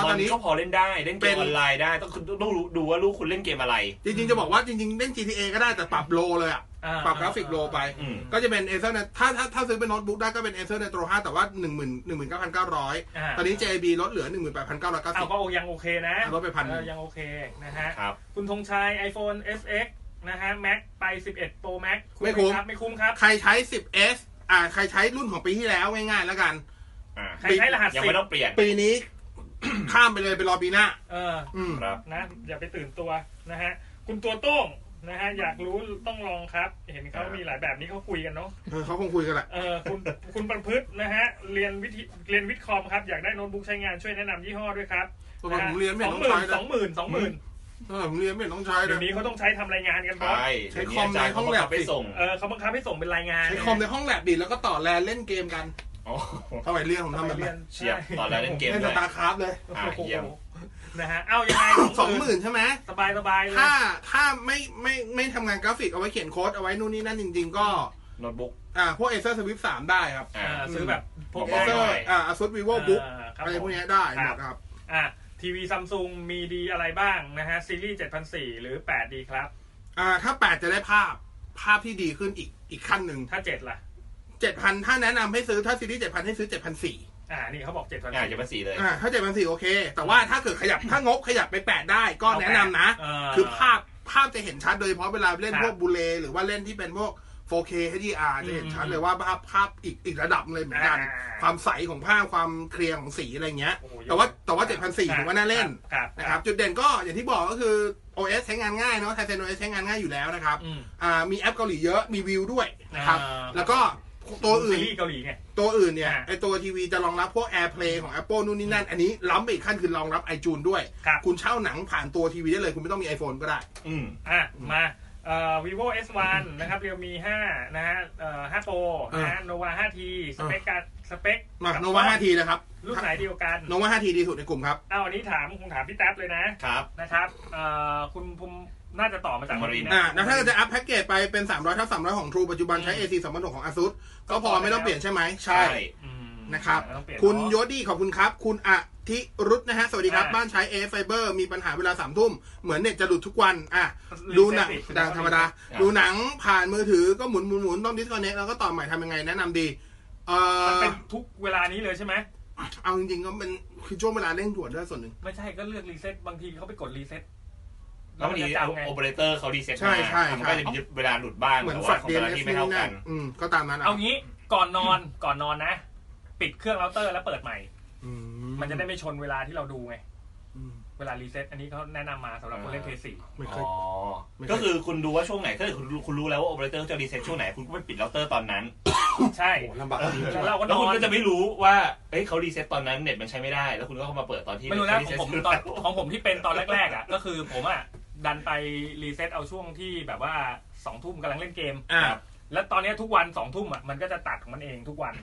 Speaker 3: อน
Speaker 6: น
Speaker 3: นี้
Speaker 6: ก็พอเล่นได้เล่นเก
Speaker 3: เป็
Speaker 6: ม
Speaker 3: น
Speaker 6: ออนไลน์ได้ต้องต้องรู้ดูว่าลูกคุณเล่นเกมอะไร
Speaker 3: จริงๆจะบอกว่าจริงๆ เล่น GTA ก็ได้แต่ปรับโลเลยอ่ะ
Speaker 4: อ่า
Speaker 3: ปรับกราฟิกโลไป
Speaker 6: อืม
Speaker 3: ก็จะเป็น Acer นะถ้าถ้าถ้าซื้อเป็นโน้ตบุ๊กได้ก็เป็น Acer Nitro 5 แต่ว่า 1 1 9 9
Speaker 4: อ่า
Speaker 3: 0 ตอนนี้ JB ลดเหลือ
Speaker 4: เอาวก็
Speaker 3: 18,990
Speaker 4: โอยังโอเคนะ
Speaker 3: ลดไปพันหนึ่ง
Speaker 4: เออยังโอเคนะฮะ
Speaker 6: ครับ
Speaker 4: คุณธงชัย iPhone SX นะฮะ Mac ไป 11 Pro Max
Speaker 3: ไม่คุ้ม
Speaker 4: ครับไม่คุ้มครับ
Speaker 3: ใครใช้ 10s อ่าใครใช้รุ่นของปีที่แล้วง่ายๆแล้วกัน
Speaker 6: อ่ะ
Speaker 4: ใครใช้รหัส
Speaker 6: ยัง
Speaker 4: สิ
Speaker 6: ไม่ต้องเปลี่ยน
Speaker 3: ปีนี้ ข้ามไปเลยไปรอปีหน้า
Speaker 4: เออ
Speaker 3: อืม
Speaker 6: ครับ
Speaker 4: นะอย่าไปตื่นตัวนะฮะ คุณตัวโต้งนะฮะ อยากรู้ต้องลองครับ เห็นเขา
Speaker 6: ครับ
Speaker 4: มีหลายแบบนี้เขาคุยกันเนาะ
Speaker 3: เออเขาคงคุยกันแหละ
Speaker 4: เออคุณ คุณประพฤตินะฮะ เรียนวิธีเรียนวิทย์คอมครับ อยากได้โน้ตบุ๊กใช้งานช่วยแนะนำยี่ห้อด้วยครับ
Speaker 3: ตอนผมเรียนไม่
Speaker 4: ส
Speaker 3: เห็
Speaker 4: อน ง
Speaker 3: ต้อ
Speaker 4: ห
Speaker 3: งใช้เล
Speaker 4: มื่นสองหมื่นสองหมื่น
Speaker 3: ตอนผมเรียนไม่เห็นต้องใช้เล
Speaker 4: เดี๋ย
Speaker 3: ย
Speaker 4: วนี้เขาต้องใช้ทำรายงานกันบอ
Speaker 6: ใช่
Speaker 3: ใช้คอม
Speaker 6: เดี๋ยวนี้อาจารย์
Speaker 3: ในห้อง
Speaker 6: เขา
Speaker 3: แล็บ
Speaker 6: ไปส่ง
Speaker 4: เออเขาบังคับให้ส่งเป็นรายงาน
Speaker 3: ใช้คอมในห้องแลบดิแล้วก็ต่อแลนเล่นเกมกัน
Speaker 6: โอ้โห
Speaker 3: สมัยเรียนผม
Speaker 4: ทำ
Speaker 3: ทำ
Speaker 4: ไม
Speaker 3: แบบ
Speaker 4: เรีย
Speaker 3: นั้น
Speaker 4: น
Speaker 6: เชียบตอนแรกเล่นเกม
Speaker 3: เล่นส
Speaker 6: ด้วย
Speaker 3: ตาร์คราฟเลย
Speaker 6: อ่ะเยี่ยม
Speaker 4: โอ้โหนะฮะ เอายังไง
Speaker 3: สองหมื่นใช่ไหม
Speaker 4: สบายสบายๆเลย
Speaker 3: ถ้าถ้าไม่ไม่ไม่ทำงานกราฟิกเอาไว้เขียนโค้ดเอาไว้นู่นนี่นั่นจริง ๆ ก็
Speaker 6: โน้ตบุ๊ก
Speaker 3: อ่าพวก Acer Swift 3 ได้ครับ
Speaker 6: อ่า
Speaker 4: อ่าซื้อแบบพวก
Speaker 3: Acer
Speaker 6: หน่อย
Speaker 3: อ่า Asus Vivo Book
Speaker 4: อ่าครับ
Speaker 3: อะไร
Speaker 4: ผม
Speaker 3: พวกเนี้ยได้หมดครับ
Speaker 4: อ่ะทีวีซัมซุงมีดีอะไรบ้างนะฮะ ซีรีส์7,004 หรือ 8 ดีครับ
Speaker 3: อ่าถ้า 8 จะได้ภาพภาพที่ดีขึ้นอีกอีกขั้นหนึ่ง
Speaker 4: ถ้า 7 ล่ะ
Speaker 3: 7,000 ถ้าแนะนำให้ซื้อถ้าซีรีส์7,000 ให้ซื้อ 7,004
Speaker 4: อ่า นี่เขาบอก7,004
Speaker 6: อ่าจะเป็นสีเลย
Speaker 3: อ่าถ้า 7,004 โอเค แต่ว่าถ้าเกิดขยับถ้างบขยับไป 8 ได้ก็แนะนำนะ
Speaker 4: เอ
Speaker 3: คือภาพภาพจะเห็นชัดโดยเฉพาะเวลาเล่น
Speaker 4: ครับ
Speaker 3: พวกบูเลหรือว่าเล่นที่เป็นพวก 4K HDR จะเห็นชัด
Speaker 4: อืม
Speaker 3: เลยว่าภาพภาพอีกอีกระดับเลยเหมือนกัน
Speaker 4: อ่า
Speaker 3: ความใสของภาพความเคลียร์ของสีอะไรเงี้ย
Speaker 4: โอ้โห
Speaker 3: แต่ว่า
Speaker 4: เยอะ
Speaker 3: แต่ว่า
Speaker 4: ครับ
Speaker 3: 7,400ผมว่าน่าเล่น
Speaker 4: ครับ
Speaker 3: นะครับ จุดเด่นก็อย่างที่บอกก็คือ OS ใช้งานง่ายเนาะไทเซน OS ใช้งานง่ายอยู่แล้วนะครับ
Speaker 4: อืม
Speaker 3: อ่ามีแอปเกาหลีเยอะมีวิวด้วยนะครับ
Speaker 4: อ่า
Speaker 3: แล้วก็ ตัวอื่
Speaker 4: ซี
Speaker 3: น
Speaker 4: รีส์เกาหลีไง
Speaker 3: ตัวอื่นเนี่ย
Speaker 4: อ่ะ
Speaker 3: ไอตัวทีวีจะรองรับพวก AirPlay ของ Apple นู่นนี่นั่น อันนี้ล้ำไปอีกขั้นคือรองรับ iTunes ด้วย
Speaker 4: ครับ
Speaker 3: คุณเช่าหนังผ่านตัวทีวีได้เลย คุณไม่ต้องมี iPhone ก็ได้
Speaker 6: อืม
Speaker 4: อ่ะมาเอ่อ vivo S1 นะครับ realme 5 นะฮะเอ่อ5 pro นะฮะ nova 5t สเปคการสเปค
Speaker 3: มาโนวา5ทีนะครับ
Speaker 4: รุ่นไหนเดียวกัน
Speaker 3: โนวา5ทีดีสุดในกลุ่มครับ
Speaker 4: เอาอันนี้ถามคงถามพี่แท็บเลยนะ
Speaker 6: ครับ
Speaker 4: นะครับเอ่อคุณภูมิน่าจะต่อมาจาก
Speaker 6: อมรินทร์
Speaker 3: อ่าแล้วถ้าจะอัพแพ็กเกจไปเป็น 300ทับ300 ของ True ปัจจุบันใช้ AC 3 6ของ ASUS ก็พอไม่ต้องเปลี่ยนใช่ไหม ใช่
Speaker 4: อืม
Speaker 3: นะครับ
Speaker 4: ไม่ต้องเปลี่ยน
Speaker 3: คุณ
Speaker 4: เนอะ
Speaker 3: โยดี้ขอบคุณครับ คุณอธิรุธนะฮะ สวัสดีครับ
Speaker 4: อ่ะ
Speaker 3: บ้านใช้ a อ Fiber มีปัญหาเวลาสามทุ่ม เหมือนเน็ตจะหลุดทุกวัน อ่ะ
Speaker 4: Reset
Speaker 3: ดูหนัง
Speaker 4: สิครับ
Speaker 3: ดังธรรมดา
Speaker 6: อ่ะ
Speaker 3: ดูหนังผ่านมือถือก็หมุนหมุนหมุนต้องดิสคอนเน c t แล้วก็ต่อใหม่ทำยังไงแนะนำดี เอ่
Speaker 4: มัน
Speaker 3: อ
Speaker 4: เป็นทุกเวลานี้เลยใช่ไหม
Speaker 3: เอาจริงๆก็เป็นคือช่วงเวลาเร่งด่วนด้วยส่วนหนึ่ง
Speaker 4: ไม่ใช่ก็เลือกรีเซ็ตบางทีเขาไปกดรีเซ็ต
Speaker 6: แล้วมัน
Speaker 4: จะ
Speaker 6: ดี
Speaker 4: จำไง
Speaker 6: โอเปอเรเตอร์เขาดีเซ็ต
Speaker 3: ใช่ใช่
Speaker 6: มันก็
Speaker 3: ใช่
Speaker 6: จะมีเวลาหลุดบ้าง
Speaker 3: เหมือน
Speaker 6: แต่
Speaker 3: แฟล
Speaker 6: ว่า
Speaker 3: ชเดย์
Speaker 6: ของเวลาที่ไม่
Speaker 3: นี่
Speaker 6: เท่ากั
Speaker 3: นั่
Speaker 6: น
Speaker 3: นอืมก็ตามนั้นอ่ะ
Speaker 4: เอางี้ก่อนนอน ก่อนนอนนะ ปิดเครื่องเราเตอร์แล้วเปิดใหม่
Speaker 3: อื
Speaker 4: มันจะได้ไม่ชนเวลาที่เราดูไง
Speaker 3: อืม
Speaker 4: เวลารีเซ็ตอันนี้เขาแนะนำมาสำหรับคนเล่นเพย์สี่
Speaker 3: ไม่เค
Speaker 6: อ๋
Speaker 3: ย
Speaker 6: อ
Speaker 3: ไม่เคย
Speaker 6: ก็คือคุณดูว่าช่วงไหนถ้าเกิดคุณรู้คุณรู้แล้วว่าโอเปอเรเตอร์จะรีเซ็ตช่วงไหน คุณก็ไปปิดเราเตอร์ตอนนั้น
Speaker 4: ใช่
Speaker 3: โอ้โหลำบากจริงๆ
Speaker 4: แล้วเราก็
Speaker 6: แล้
Speaker 4: น
Speaker 6: ว
Speaker 4: อน
Speaker 6: คุณก็จะไม่รู้ว่าเอ้ยเขารีเซ็ตตอนนั้นเน็ตมันใช้ไม่ได้ แล้วคุณก็เข้ามาเปิดตอนที่
Speaker 4: ไม่รู้นะ
Speaker 6: เขา
Speaker 4: ของ
Speaker 6: เซ็ต
Speaker 4: ผมตอนของผมที่เป็นตอนแรกๆอ่ะก็ คือผมอ่ะดันไปรีเซ็ตเอาช่วงที่แบบว่าสองทุ่มกำลังเล่นเกม
Speaker 3: อ่า
Speaker 4: แล้วตอนเนี้ยทุกวันสองทุ่มอ่ะมันก็จะตัดของมันเองทุกวัน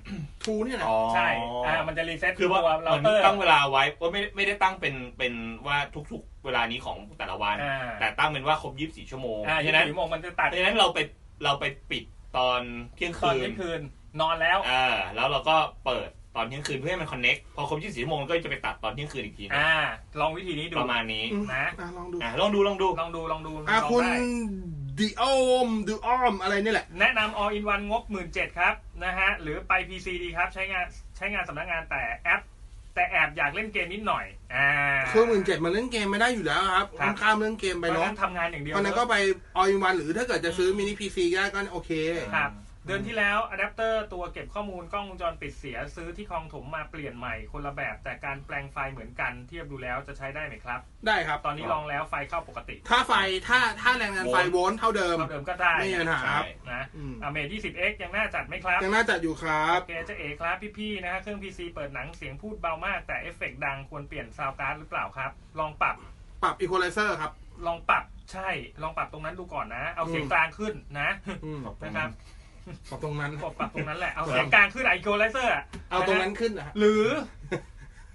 Speaker 3: ทูเนี่ยนะ
Speaker 6: อ๋อ
Speaker 4: ใช่อ่ามันจะรีเซ็ต
Speaker 6: คือว่า
Speaker 4: ตัวเรา
Speaker 6: เห
Speaker 4: เต
Speaker 6: มื
Speaker 4: อ
Speaker 6: อน
Speaker 4: ร์
Speaker 6: ตั้งเวลาไว้ว่าไม่ไม่ได้ตั้งเป็นเป็นว่าทุกๆ เวลานี้ของแต่ละวัน
Speaker 4: อ่า
Speaker 6: แต่ตั้งเป็นว่าครบ 24 ชั่วโมง
Speaker 4: อ่า
Speaker 6: เพราะ
Speaker 4: ยี่
Speaker 6: ฉะ
Speaker 4: สิบ
Speaker 6: นั้น
Speaker 4: สี่โมงมันจะตัด
Speaker 6: เพราะฉะนั้นเราไปเราไปปิดตอนเที่ยง
Speaker 4: ตอน
Speaker 6: คืน
Speaker 4: เที่ยงคืนนอนแล้ว
Speaker 6: อ่าแล้วเราก็เปิดตอนเที่ยงคืนเพื่อให้มันคอนเน็กพอครบ 24 ชั่วโมงก็จะไปตัดตอนเที่ยงคืนอีกทีนึง
Speaker 4: อ่า ลองวิธีนี้ดู
Speaker 6: ประมาณนี้
Speaker 3: อืม
Speaker 4: นะ
Speaker 3: อ่ะลองดู
Speaker 6: อ่ะลองดูลองดู
Speaker 4: ลองดูลองดู
Speaker 3: อ่ะ
Speaker 4: ลอง
Speaker 3: คุณ
Speaker 4: ได้
Speaker 3: ดิโอมดิออมอะไรนี่แหละ
Speaker 4: แนะนำ all in one งบ 17,000ครับ นะฮะ หรือไป PC ดีครับ ใช้งานใช้งานสำนักงานแต่แอป แต่แอบอยากเล่นเกมนิดหน่อย อ่า
Speaker 3: เครื่องหมื่นเจ็ดมันเล่นเกมไม่ได้อยู่แล้วครับ
Speaker 4: ครับ
Speaker 3: ข้ามเรื่องเกมไป
Speaker 4: เพราะ
Speaker 3: เนาะ
Speaker 4: ฉะนั้นทำงานอย่างเดียว
Speaker 3: เพราะนั้นก็ไปออยวันหรือถ้าเกิดจะซื้อมินิพีซีได้ก็โอเค
Speaker 4: ครับ เดือนที่แล้วอะแดปเตอร์ตัวเก็บข้อมูลกล้องวงจรปิดเสียซื้อที่คลองถมมาเปลี่ยนใหม่คนละแบบ แต่การแปลงไฟล์เหมือนกันเทียบดูแล้วจะใช้ได้ไหมครับ
Speaker 3: ได้ครับ
Speaker 4: ตอนนี้ลองแล้วไฟเข้าปกติ
Speaker 3: ถ้าไฟถ้าถ้าแรงงานไฟโวลต์เท่าเดิม
Speaker 4: เท่าเดิมก็ได้
Speaker 3: ไม่มีปัญหาครับ
Speaker 4: นะ
Speaker 3: อืม
Speaker 4: อเมยี่สิบเอ็กยังน่าจัดไหมครับ
Speaker 3: ยังน่าจะอยู่ครับ
Speaker 4: โอเคเจะเอกครับพี่ๆนะฮะเครื่อง PC เปิดหนังเสียงพูดเบามาก แต่เอฟเฟกต์ดังควรเปลี่ยนซาวด์การ์ดหรือเปล่าครับ ลองปรับ
Speaker 3: ปรับอีควอไลเซอร์ครับ
Speaker 4: ลองปรับใช่ลองปรับตรงนั้นดูก่อนนะ เอาเสียง
Speaker 3: อืม
Speaker 4: กลางขึ้นนะ
Speaker 3: อืม
Speaker 4: นะครับ
Speaker 3: ปรับตรงนั้น
Speaker 4: ปรับตรงนั้นแหละเอาเสียงกลางขึ้นไอโคไลเซอร์
Speaker 3: เอาตรงนั้นขึ้นนะฮะ
Speaker 4: หรือ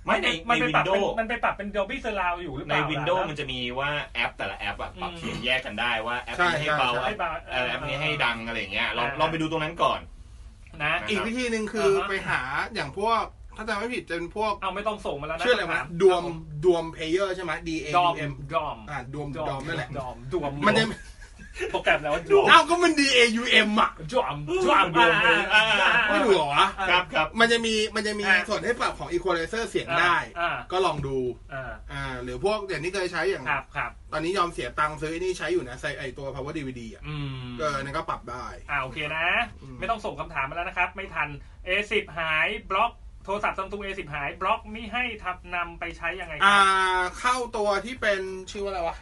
Speaker 6: ไม่ใน
Speaker 4: มั
Speaker 6: ใน
Speaker 4: ไป
Speaker 6: วิ
Speaker 4: ปรั
Speaker 6: น
Speaker 4: บ
Speaker 6: โด
Speaker 4: เป็น
Speaker 6: ว์
Speaker 4: มันไปปรับเป็นดอบบี้เซอร์ราวอยู่หรือเป
Speaker 6: ใน
Speaker 4: ล่า
Speaker 6: วินโดว์
Speaker 4: ล่ะ
Speaker 6: มันจะมีว่าแอปแต่ละแอปอะปรับ
Speaker 4: อืม
Speaker 6: เสียงแยกกันได้ว่าแอป
Speaker 3: ใช่
Speaker 6: นี้ให้เบา
Speaker 3: ใช่
Speaker 6: แอปเอ่อแอปนี้ให้ดังอะไรอย่างเงี้ยลอง
Speaker 4: อ่า
Speaker 6: ลองไปดูตรงนั้นก่อน
Speaker 4: นะ
Speaker 6: ครับ
Speaker 3: อีกวิธีหนึ่งคืออา
Speaker 4: ฮะ
Speaker 3: ไปหาอย่างพวก ถ้าจำไม่ผิดจะเป็นพวก
Speaker 4: เอาไม่ต้องส่งมาแล้วนะ
Speaker 3: ชื่ออะไรวะ
Speaker 4: คำถา
Speaker 3: ดวมดวมเพลเยอร์ใช่ไหม D A
Speaker 4: ดอ
Speaker 3: U
Speaker 4: ม
Speaker 3: M
Speaker 4: ดอม
Speaker 3: อ่าดวมดอมนั่นแหละ
Speaker 4: ดอมดวม
Speaker 3: มันจะ
Speaker 4: โปรแกรมแล้วว่าดวม
Speaker 3: เอ้าก็มัน D A U M อ่ะ
Speaker 4: ดวมดวม
Speaker 6: ดวมเลย
Speaker 4: อ่า
Speaker 6: อ่า
Speaker 3: ไม่ถูกเหรอวะ
Speaker 6: ครับครับ
Speaker 3: มันจะมีมันจะมี
Speaker 4: อ่ะ
Speaker 3: ส่วนให้ปรับของ equalizer เสียงได้
Speaker 4: อ่า
Speaker 3: ก็ลองดู
Speaker 4: อ่า
Speaker 3: อ่าหรือพวกอย่างที่เคยใช้อย่าง
Speaker 4: ครับครับ
Speaker 3: ตอนนี้ยอมเสียตังค์ซื้อไอ้นี่ใช้อยู่นะใส่ไอตัว power dvd อ่ะ
Speaker 4: อืม
Speaker 3: เออนั่นก็ปรับได้
Speaker 4: อ่าโอเคนะ
Speaker 3: อืม
Speaker 4: ไม่ต้องส่งคำถามมาแล้วนะครับ ไม่ทัน A10 หายบล็อกโทรศัพท์ Samsung A10 หายบล็อกมิให้ทับนำไปใช้ยังไงค
Speaker 3: อ่า
Speaker 4: รับ
Speaker 3: เข้าตัวที่เป็นชื่อว่าอะไรวะ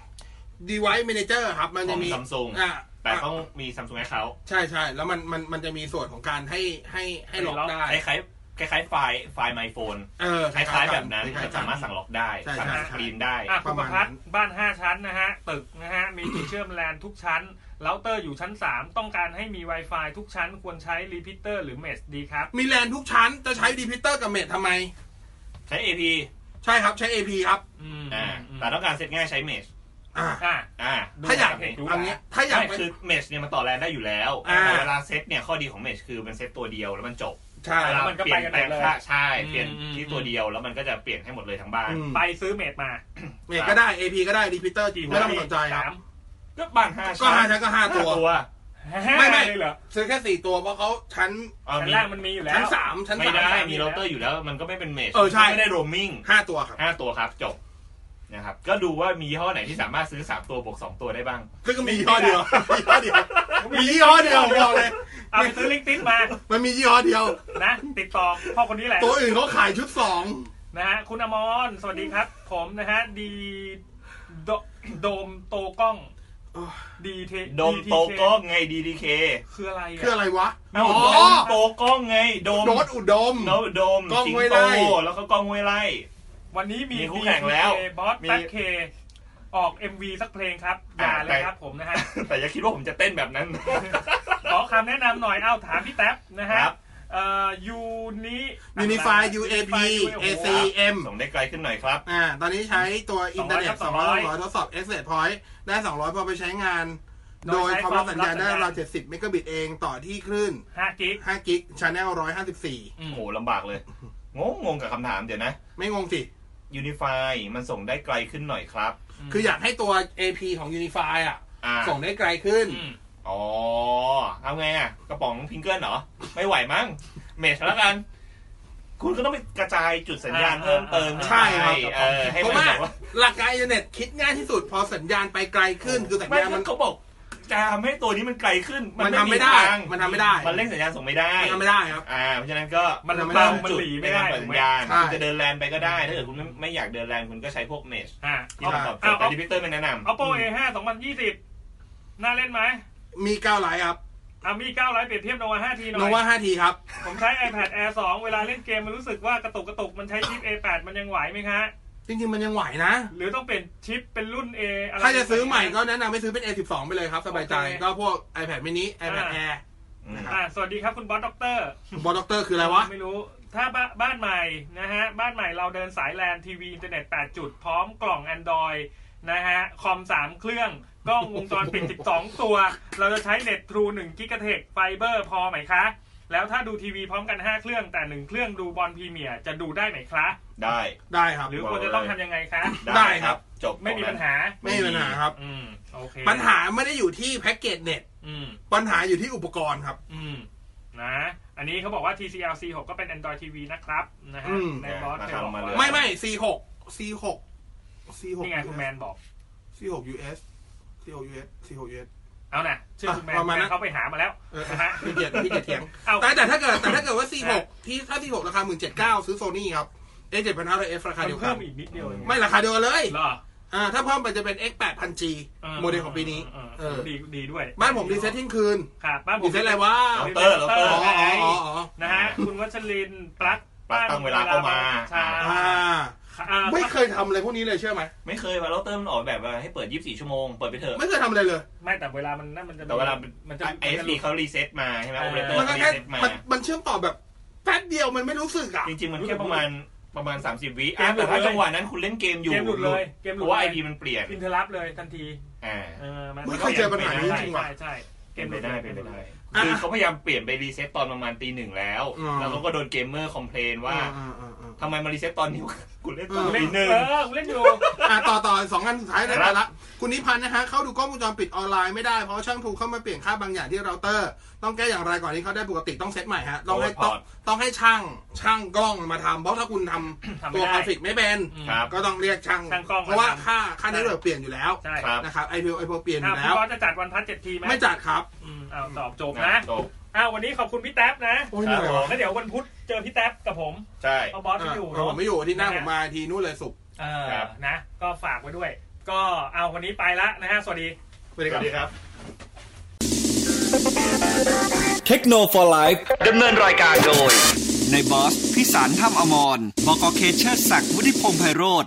Speaker 3: device manager ครับ มันจะมี
Speaker 6: ของ Samsung
Speaker 3: อ่า
Speaker 6: แต่ต้องมี Samsung Account
Speaker 3: ใช่ใช่แล้วมันมันมันจะมีส่วนของการให้ให้ให้ล็อก
Speaker 4: ให้ล็อก
Speaker 3: ได้
Speaker 6: คล้ายๆคล้ายๆไฟล์ไฟล์ My Phone
Speaker 3: เออ
Speaker 6: คล้ายๆแบบนั้น
Speaker 3: คล้ายๆ
Speaker 6: สามารถสั่งล็อกได้
Speaker 3: ใช่
Speaker 6: สั่ง
Speaker 3: ใช่
Speaker 6: สกรีนได้
Speaker 4: อ่ะ
Speaker 3: ป
Speaker 4: คุ
Speaker 3: ระ
Speaker 4: ณป
Speaker 3: มาณ
Speaker 4: ระพัฒ
Speaker 3: นั้น
Speaker 4: น์บ้าน 5 ชั้นนะฮะ ตึกนะฮะ มีจุดเชื่อมแลนทุกชั้นเราเตอร์อยู่ชั้น 3 ต้องการให้มี Wi-Fi ทุกชั้นควรใช้รีพิเตอร์หรือเมสดีครับ
Speaker 3: มีแลนทุกชั้นจะใช้ repeater กับเมททำไม
Speaker 6: ใช้ AP
Speaker 3: ใช่ครับใช้ ap ครับ
Speaker 4: อืม
Speaker 6: อ่า
Speaker 4: อืม
Speaker 6: แต่ต้องการเซตง่ายใช้ Mesh
Speaker 3: อ่า
Speaker 4: อ่ะ
Speaker 6: อ่า
Speaker 3: ถ้าอยาก
Speaker 6: แบบนี้
Speaker 4: ดู
Speaker 3: เอางี้ถ้าอยาก
Speaker 6: ไม่
Speaker 3: เป็น
Speaker 6: คือ Mesh เนี่ยมันต่อแลนได้อยู่แล้ว
Speaker 3: อ่า
Speaker 6: แต่เวลาเซตเนี่ยข้อดีของ Mesh คือมันเซตตัวเดียวแล้วมันจบ
Speaker 3: ใช่
Speaker 4: แล้วมันก็ไปกันหมดเลย
Speaker 6: เปลี่ยแปลงค่าใช่เปลี่ยน
Speaker 4: อืม
Speaker 6: ที่ตัวเดียวแล้วมันก็จะเปลี่ยนให้หมดเลยทั้งบ้าน
Speaker 3: อืม
Speaker 4: ไปซื้อเมสมา
Speaker 3: เมทก็ได้ ap ก็ได้ repeater
Speaker 6: กี่
Speaker 3: ไม่ต้องสนใจครับ
Speaker 4: สาม
Speaker 6: ก็บ้านห้า
Speaker 3: ก็ห้าชั้นก็ห้าตัว ไม่ไม่
Speaker 4: เลยเหรอ
Speaker 3: ซื้อแค่สี่ตัวเพราะเขาชั้น
Speaker 6: เอา
Speaker 4: ชั้น
Speaker 6: มี
Speaker 4: ล่างมันมีอยู่แล้ว
Speaker 3: ชั้นสามชั้น
Speaker 6: ไม่
Speaker 3: สาม
Speaker 6: ได้มีเราเตอร์อยู่แล้ว มันก็ไม่เป็นเมช
Speaker 3: เออใช่
Speaker 6: ไม่ได้โรมมิ่ง
Speaker 3: ห้าตัวครับ
Speaker 6: ห้าตัวครับจบนะครับก็ดูว่ามียี่ห้อไหนที่สามารถซื้อสามตัวบวกสองตัวได้บ้าง
Speaker 3: ซึ่งก็มียี่ห้อเดียว มียี่ห้อเดียว มียี่ห้อเดียวบอกเลย
Speaker 4: เอาไปซื้อลิงก์ติสมา
Speaker 3: มันมียี่ห้อเดียว
Speaker 4: นะ ติดต่อพ่อคนนี้แหละ
Speaker 3: ตัวอื่นเขาขายชุดสอง
Speaker 4: นะฮะคุณอมรสวัสดีครับ ผมนะฮะ ดีโดโดมโตกล้อง ดีเท
Speaker 6: ดมโตกล้องไงดีดีเค
Speaker 4: คืออะไร
Speaker 3: คืออะไรวะ
Speaker 6: เอ้า
Speaker 3: อ๋อ
Speaker 6: ดมโตกล้องไงดม
Speaker 3: โดดอุดม
Speaker 6: โนตดม
Speaker 3: กล้อง
Speaker 6: สิง
Speaker 3: ห้วย
Speaker 6: โต
Speaker 3: ไร่
Speaker 6: แล้วก็กล้องห้วยไร่
Speaker 4: วันนี้มี
Speaker 6: มีคู่แข่งแล้ว
Speaker 4: บอส
Speaker 6: มี
Speaker 4: แบ็คเคออก MV สักเพลงครับอย่าเลยครับผมนะฮะ
Speaker 6: แต่อย่าคิดว่าผมจะเต้นแบบ นั้น
Speaker 4: ขอคำแนะนำหน่อย เอ้าถามพี่แท็บนะฮะ
Speaker 6: ครับ
Speaker 4: เอ่อยูนิ
Speaker 3: Unify UAP AC M
Speaker 6: ส่งได้ไกลขึ้นหน่อยครับ
Speaker 3: อ่า ตอนนี้ใช้ตัวอินเทอร์เน็ต
Speaker 4: 200
Speaker 3: 200 200ทดสอบ Access Point ได้ 200 พอไปใช้งาน โดยความรับสัญญาณได้ราว70เมกะบิตเองต่อที่คลื่น
Speaker 4: ห้ากิก
Speaker 3: 5กิกช n แนล154
Speaker 6: โอ้โหลำบากเลย งงงงกับคำถามเดี๋ยวนะ
Speaker 3: ไม่งงสิ
Speaker 6: Unify มันส่งได้ไกลขึ้นหน่อยครับ
Speaker 3: คืออยากให้ตัว AP ของ Unify อ่ะ
Speaker 6: อ่า
Speaker 3: ส่งได้ไกลขึ้น
Speaker 4: อืม
Speaker 6: อ๋อเอาไงอ่ะ กระป๋องพิงเกิลเหรอ ไม่ไหวมั้ง เมชแล้วกัน คุณก็ต้องไปกระจายจุดสัญญาณเพิ่มเติม
Speaker 3: ใช่ครับ
Speaker 6: ห้เออให้
Speaker 3: เพราะ
Speaker 6: มัน
Speaker 3: ว่า
Speaker 6: แบบว่า
Speaker 3: หลักการอินเทอร์เน็ตคิดง่ายที่สุด พอสัญญาณไปไกลขึ้น คือสัญ
Speaker 6: ไม่
Speaker 3: ญาณ
Speaker 6: มั
Speaker 3: มัน น
Speaker 6: เขาบอก จะทำให้ตัวนี้มันไกลขึ้น
Speaker 3: มันทำไม่ได้
Speaker 6: ทาง
Speaker 3: มันทำไม่ได้
Speaker 6: มันเล่นสัญญาณส่งไม่ได้
Speaker 3: มันทำไม่ได้ครับ
Speaker 6: อ่าเพราะฉะนั้นก็
Speaker 4: มัน
Speaker 3: ทำไ
Speaker 4: เบา
Speaker 6: ตาม
Speaker 4: มัน
Speaker 6: จุด
Speaker 4: หลี
Speaker 6: ใน
Speaker 4: ไม่
Speaker 6: กา
Speaker 4: ได้
Speaker 6: รเปิดสัญญาณ
Speaker 3: ใช่
Speaker 6: คุณจะเดินแลนไปก็ได้ ถ้าเกิดคุณไม่ไม่อยากเดินแลนคุณก็ใช้พวกเมช
Speaker 4: อ่า
Speaker 6: ที่มันตอบโจทย์
Speaker 4: เอา
Speaker 6: แต่ที่พี่เต้ยไม่แนะนำ
Speaker 4: Oppo A5 2020 น่าเล่นไหม
Speaker 3: มีเก้าไลน์ครับ
Speaker 4: อามี900 เปรียบเทียบโนวา 5T หน่
Speaker 3: โน
Speaker 4: อย
Speaker 3: ว่า 5T ครับ
Speaker 4: ผมใช้ iPad Air 2 เวลาเล่นเกมมันรู้สึกว่ากระตุกกระตุกมันใช้ชิป A8 มันยังไหวไหมคะ
Speaker 3: จริง ๆ มันยังไหวนะ
Speaker 4: หรือต้องเปลี่ยนชิปเป็นรุ่น A อะไร
Speaker 3: ถ้าจะซื้อใหม่ก็แนะนำให้ซื้อเป็น A12 ไปเลยครับ สบายใจ
Speaker 4: โอเค
Speaker 3: ก็พวก iPad mini iPad
Speaker 4: อ่า
Speaker 3: Air
Speaker 4: อ่าสวัสดีครับคุณบอสด็อกเตอร์
Speaker 3: บอลด็อกเตอร์คืออะไรวะ
Speaker 4: ไม่รู้ถ้าบ้าบ้านใหม่นะฮะ บ้านใหม่เราเดินสายแลนทีวีอินเทอร์เน็ต 8 จุด พร้อมกล่อง Android นะฮะ คอม 3 เครื่อง กล้องวงจรปิด 12 ตัว เราจะใช้เน็ตทรู1กิกะเทกไฟเบอร์พอไหมคะ แล้วถ้าดูทีวีพร้อมกัน 5 เครื่องแต่ 1 เครื่องดูบอลพรีเมียร์จะดูได้ไหมคะ
Speaker 6: ได้
Speaker 3: ได้ครับ
Speaker 4: หรือควรจะต้องทำยังไงคะ
Speaker 3: ได้ครับ
Speaker 6: จบ
Speaker 4: ไม่มี
Speaker 6: ตรงนั้น
Speaker 4: ปัญหา
Speaker 3: ไม่มีปัญหาครับ
Speaker 4: อืม โอเค
Speaker 3: ปัญหาไม่ได้อยู่ที่แพ็กเกจเน็ต
Speaker 4: อืม
Speaker 3: ปัญหาอยู่ที่อุปกรณ์ครับ
Speaker 4: อืม นะ อันนี้เขาบอกว่า TCL C6 ก็เป็น Android TV นะครับนะฮะ
Speaker 3: อืม
Speaker 4: ในบอสเคยบอกว่า
Speaker 3: ไม่ไม่ C6 C6 C6
Speaker 4: นี่ไงคุณแมนบอก
Speaker 3: C6 US C6 US C6 US
Speaker 4: เอาน่ะชื่อคุณแมน
Speaker 3: ประมาณนั้น
Speaker 4: แม่เขาไปหามาแล้ว
Speaker 3: เออ
Speaker 4: นะฮะ
Speaker 3: พี่เกียรติพี่เกียรติเถียง
Speaker 4: เอา
Speaker 3: แต่แต่ถ้าเกิดแต่ถ้าเกิดว่า C6 ที่ถ้า C6 ราคา 1,709ซื้อโซนี่ครับ A7500F ราคา
Speaker 4: มัน
Speaker 3: เดียวกั
Speaker 4: เพิ่
Speaker 3: น
Speaker 4: มอีกนิดเดียวเอง
Speaker 3: ไม่ราคาเดียวกันเลย
Speaker 4: เหรอ
Speaker 3: อ่า ถ้าเพิ่มไปจะเป็น X8000G
Speaker 4: เออ
Speaker 3: โมเดลของปีนี้
Speaker 4: เออ
Speaker 3: เอ
Speaker 4: เออ
Speaker 3: อ
Speaker 4: ดีดีด้วย
Speaker 3: บ้านผมรีเซ็ตทิ้งคืน
Speaker 4: ครับบ้านผ
Speaker 3: รี
Speaker 4: ม
Speaker 3: เซ็ตอะไรวะ
Speaker 6: เราเตอร์เราเตอ
Speaker 3: อ๋
Speaker 6: ร์
Speaker 3: ออ๋ออ๋ออ๋อ
Speaker 4: นะฮะคุณวัชรินทร์ปลั๊ก
Speaker 6: ปลั๊กตั้งเวลาเข้ามา
Speaker 4: ใช่
Speaker 3: อ่า
Speaker 4: อ่า
Speaker 3: ไม่เคยทำอะไรพวกนี้เลยเชื่อไหม
Speaker 6: ไม่เคยว่าเราเตอร์มันออกแบบว่าให้เปิด 24 ชั่วโมง เปิดไปเถอะ
Speaker 3: ไม่เคยทำอะไรเลย
Speaker 4: ไม่แต่เวลามันนั่นมันจะ
Speaker 6: แต่เวลา
Speaker 4: มันจะ
Speaker 6: ไอเอสดีเขารีเซ็ตมาใช่ไหมโอเปอเรเตอร์
Speaker 3: มันก็
Speaker 6: รี
Speaker 3: แค่
Speaker 6: เซ็ตมา
Speaker 3: มันมันเชื่อมต่อแบบแป๊บเดียวมันไม่รู้สึกอ่ะ
Speaker 6: จริง ๆ มันแค่ประมาณประมาณ 30 วิ
Speaker 4: เก
Speaker 6: อ่ะ
Speaker 4: มหลุ
Speaker 6: แต่
Speaker 4: ดเลย
Speaker 6: ถ้าจังหวะนั้นคุณเล่นเกมอยู่
Speaker 4: เกมหลุดเลยเกมห
Speaker 6: เพ
Speaker 4: ลุด
Speaker 6: ราะว่า
Speaker 4: เล
Speaker 6: ไอย ดีมันเปลี่ยน
Speaker 4: อินเทอร์รับเลยทันที
Speaker 6: อ่า
Speaker 4: เออมัน
Speaker 3: ไม่เคยเจอปัญหานี้
Speaker 4: ใช่
Speaker 3: จริงว่ะ
Speaker 4: ใช่ใช่
Speaker 6: เป็นไปได้เป็นไปได้
Speaker 3: อ่ะ
Speaker 6: คือเขาพยายามเปลี่ยนไปรีเซ็ตตอนประมาณตีหนึ่งแล้ว
Speaker 3: อืม
Speaker 6: แล้วเขาก็โดนเกมเมอร์คอมเพลนว่า
Speaker 3: อ่าอ่าอ่า
Speaker 6: ทำไมมารีเซ็ตตอนนี้ กูเล่นตอ
Speaker 3: อื
Speaker 6: น
Speaker 3: ม
Speaker 4: เล่
Speaker 6: ตี
Speaker 4: น
Speaker 6: หนึ่ง
Speaker 4: เออเล่นอยู่
Speaker 3: อ่าต่อต่อสองอันสุดท้ายนะ
Speaker 6: ครั
Speaker 3: แต่
Speaker 6: บ
Speaker 3: ละคุณนิพันธ์นะฮะเข้าดูกล้องวงจรปิดออนไลน์ไม่ได้เพราะช่างถูกเข้ามาเปลี่ยนค่าบางอย่างที่เราเตอร์ ต้องแก้อย่างไรก่อนที่เขาได้ปกติต้องเซตใหม่ฮะต้องให้ต้องต้องให้ช่างช่างกล้องมาทำเพราะถ้าคุณท
Speaker 4: ทำ
Speaker 3: ำ
Speaker 4: ไม่
Speaker 3: ตัว
Speaker 4: ได้
Speaker 3: กราฟิกไม่เป็น
Speaker 6: ครับ
Speaker 3: ก็ต้องเรียกช่าง
Speaker 4: ช่างกล้องมา
Speaker 3: เพราะว่า
Speaker 4: ทำ
Speaker 3: ค่าค่าเน็ตเวิร์กเปลี่ยนอยู่แล้ว
Speaker 4: ใช่
Speaker 6: ค
Speaker 4: ค
Speaker 6: รั
Speaker 4: รับบ
Speaker 3: นะครับไอพีไอพีเปลี่ยนอ
Speaker 4: อ่ะ
Speaker 3: ยู่
Speaker 4: คุ
Speaker 3: แล้
Speaker 4: ณ
Speaker 3: ว
Speaker 4: บอสจะจัดวันพัดเจ็ดทีไหม
Speaker 3: ไม่จัดครับ
Speaker 4: อืมเอาตอบจบ
Speaker 6: นะ
Speaker 4: นะ
Speaker 6: จบ
Speaker 4: อ้าววันนี้ขอบคุณพี่แท็บนะ
Speaker 3: โอ้ยเหนื่อย
Speaker 6: ครั
Speaker 3: ว่ะ
Speaker 6: บ
Speaker 4: แล้วเดี๋ยววันพุธเจอพี่แท็บกับผม
Speaker 6: ใช่
Speaker 4: เพราะบอสไม่อยู่
Speaker 3: เออผมไม่อยู่ที่หน้าผมมาทีนู่นเลยสุกร์
Speaker 4: เออ
Speaker 6: ครับ
Speaker 4: นะ ก็ฝากไว้ด้วย ก็เอาวันนี้ไปละนะฮะ สวัสดี
Speaker 3: สวัสดีครับ
Speaker 1: เทคโนโลยี
Speaker 2: ดำเนินรายการโดย
Speaker 1: ในบอสพิสารถ้ำอมรบอกอเคเชอร์ศักดิ์วุฒิพงษ์ไพโรธ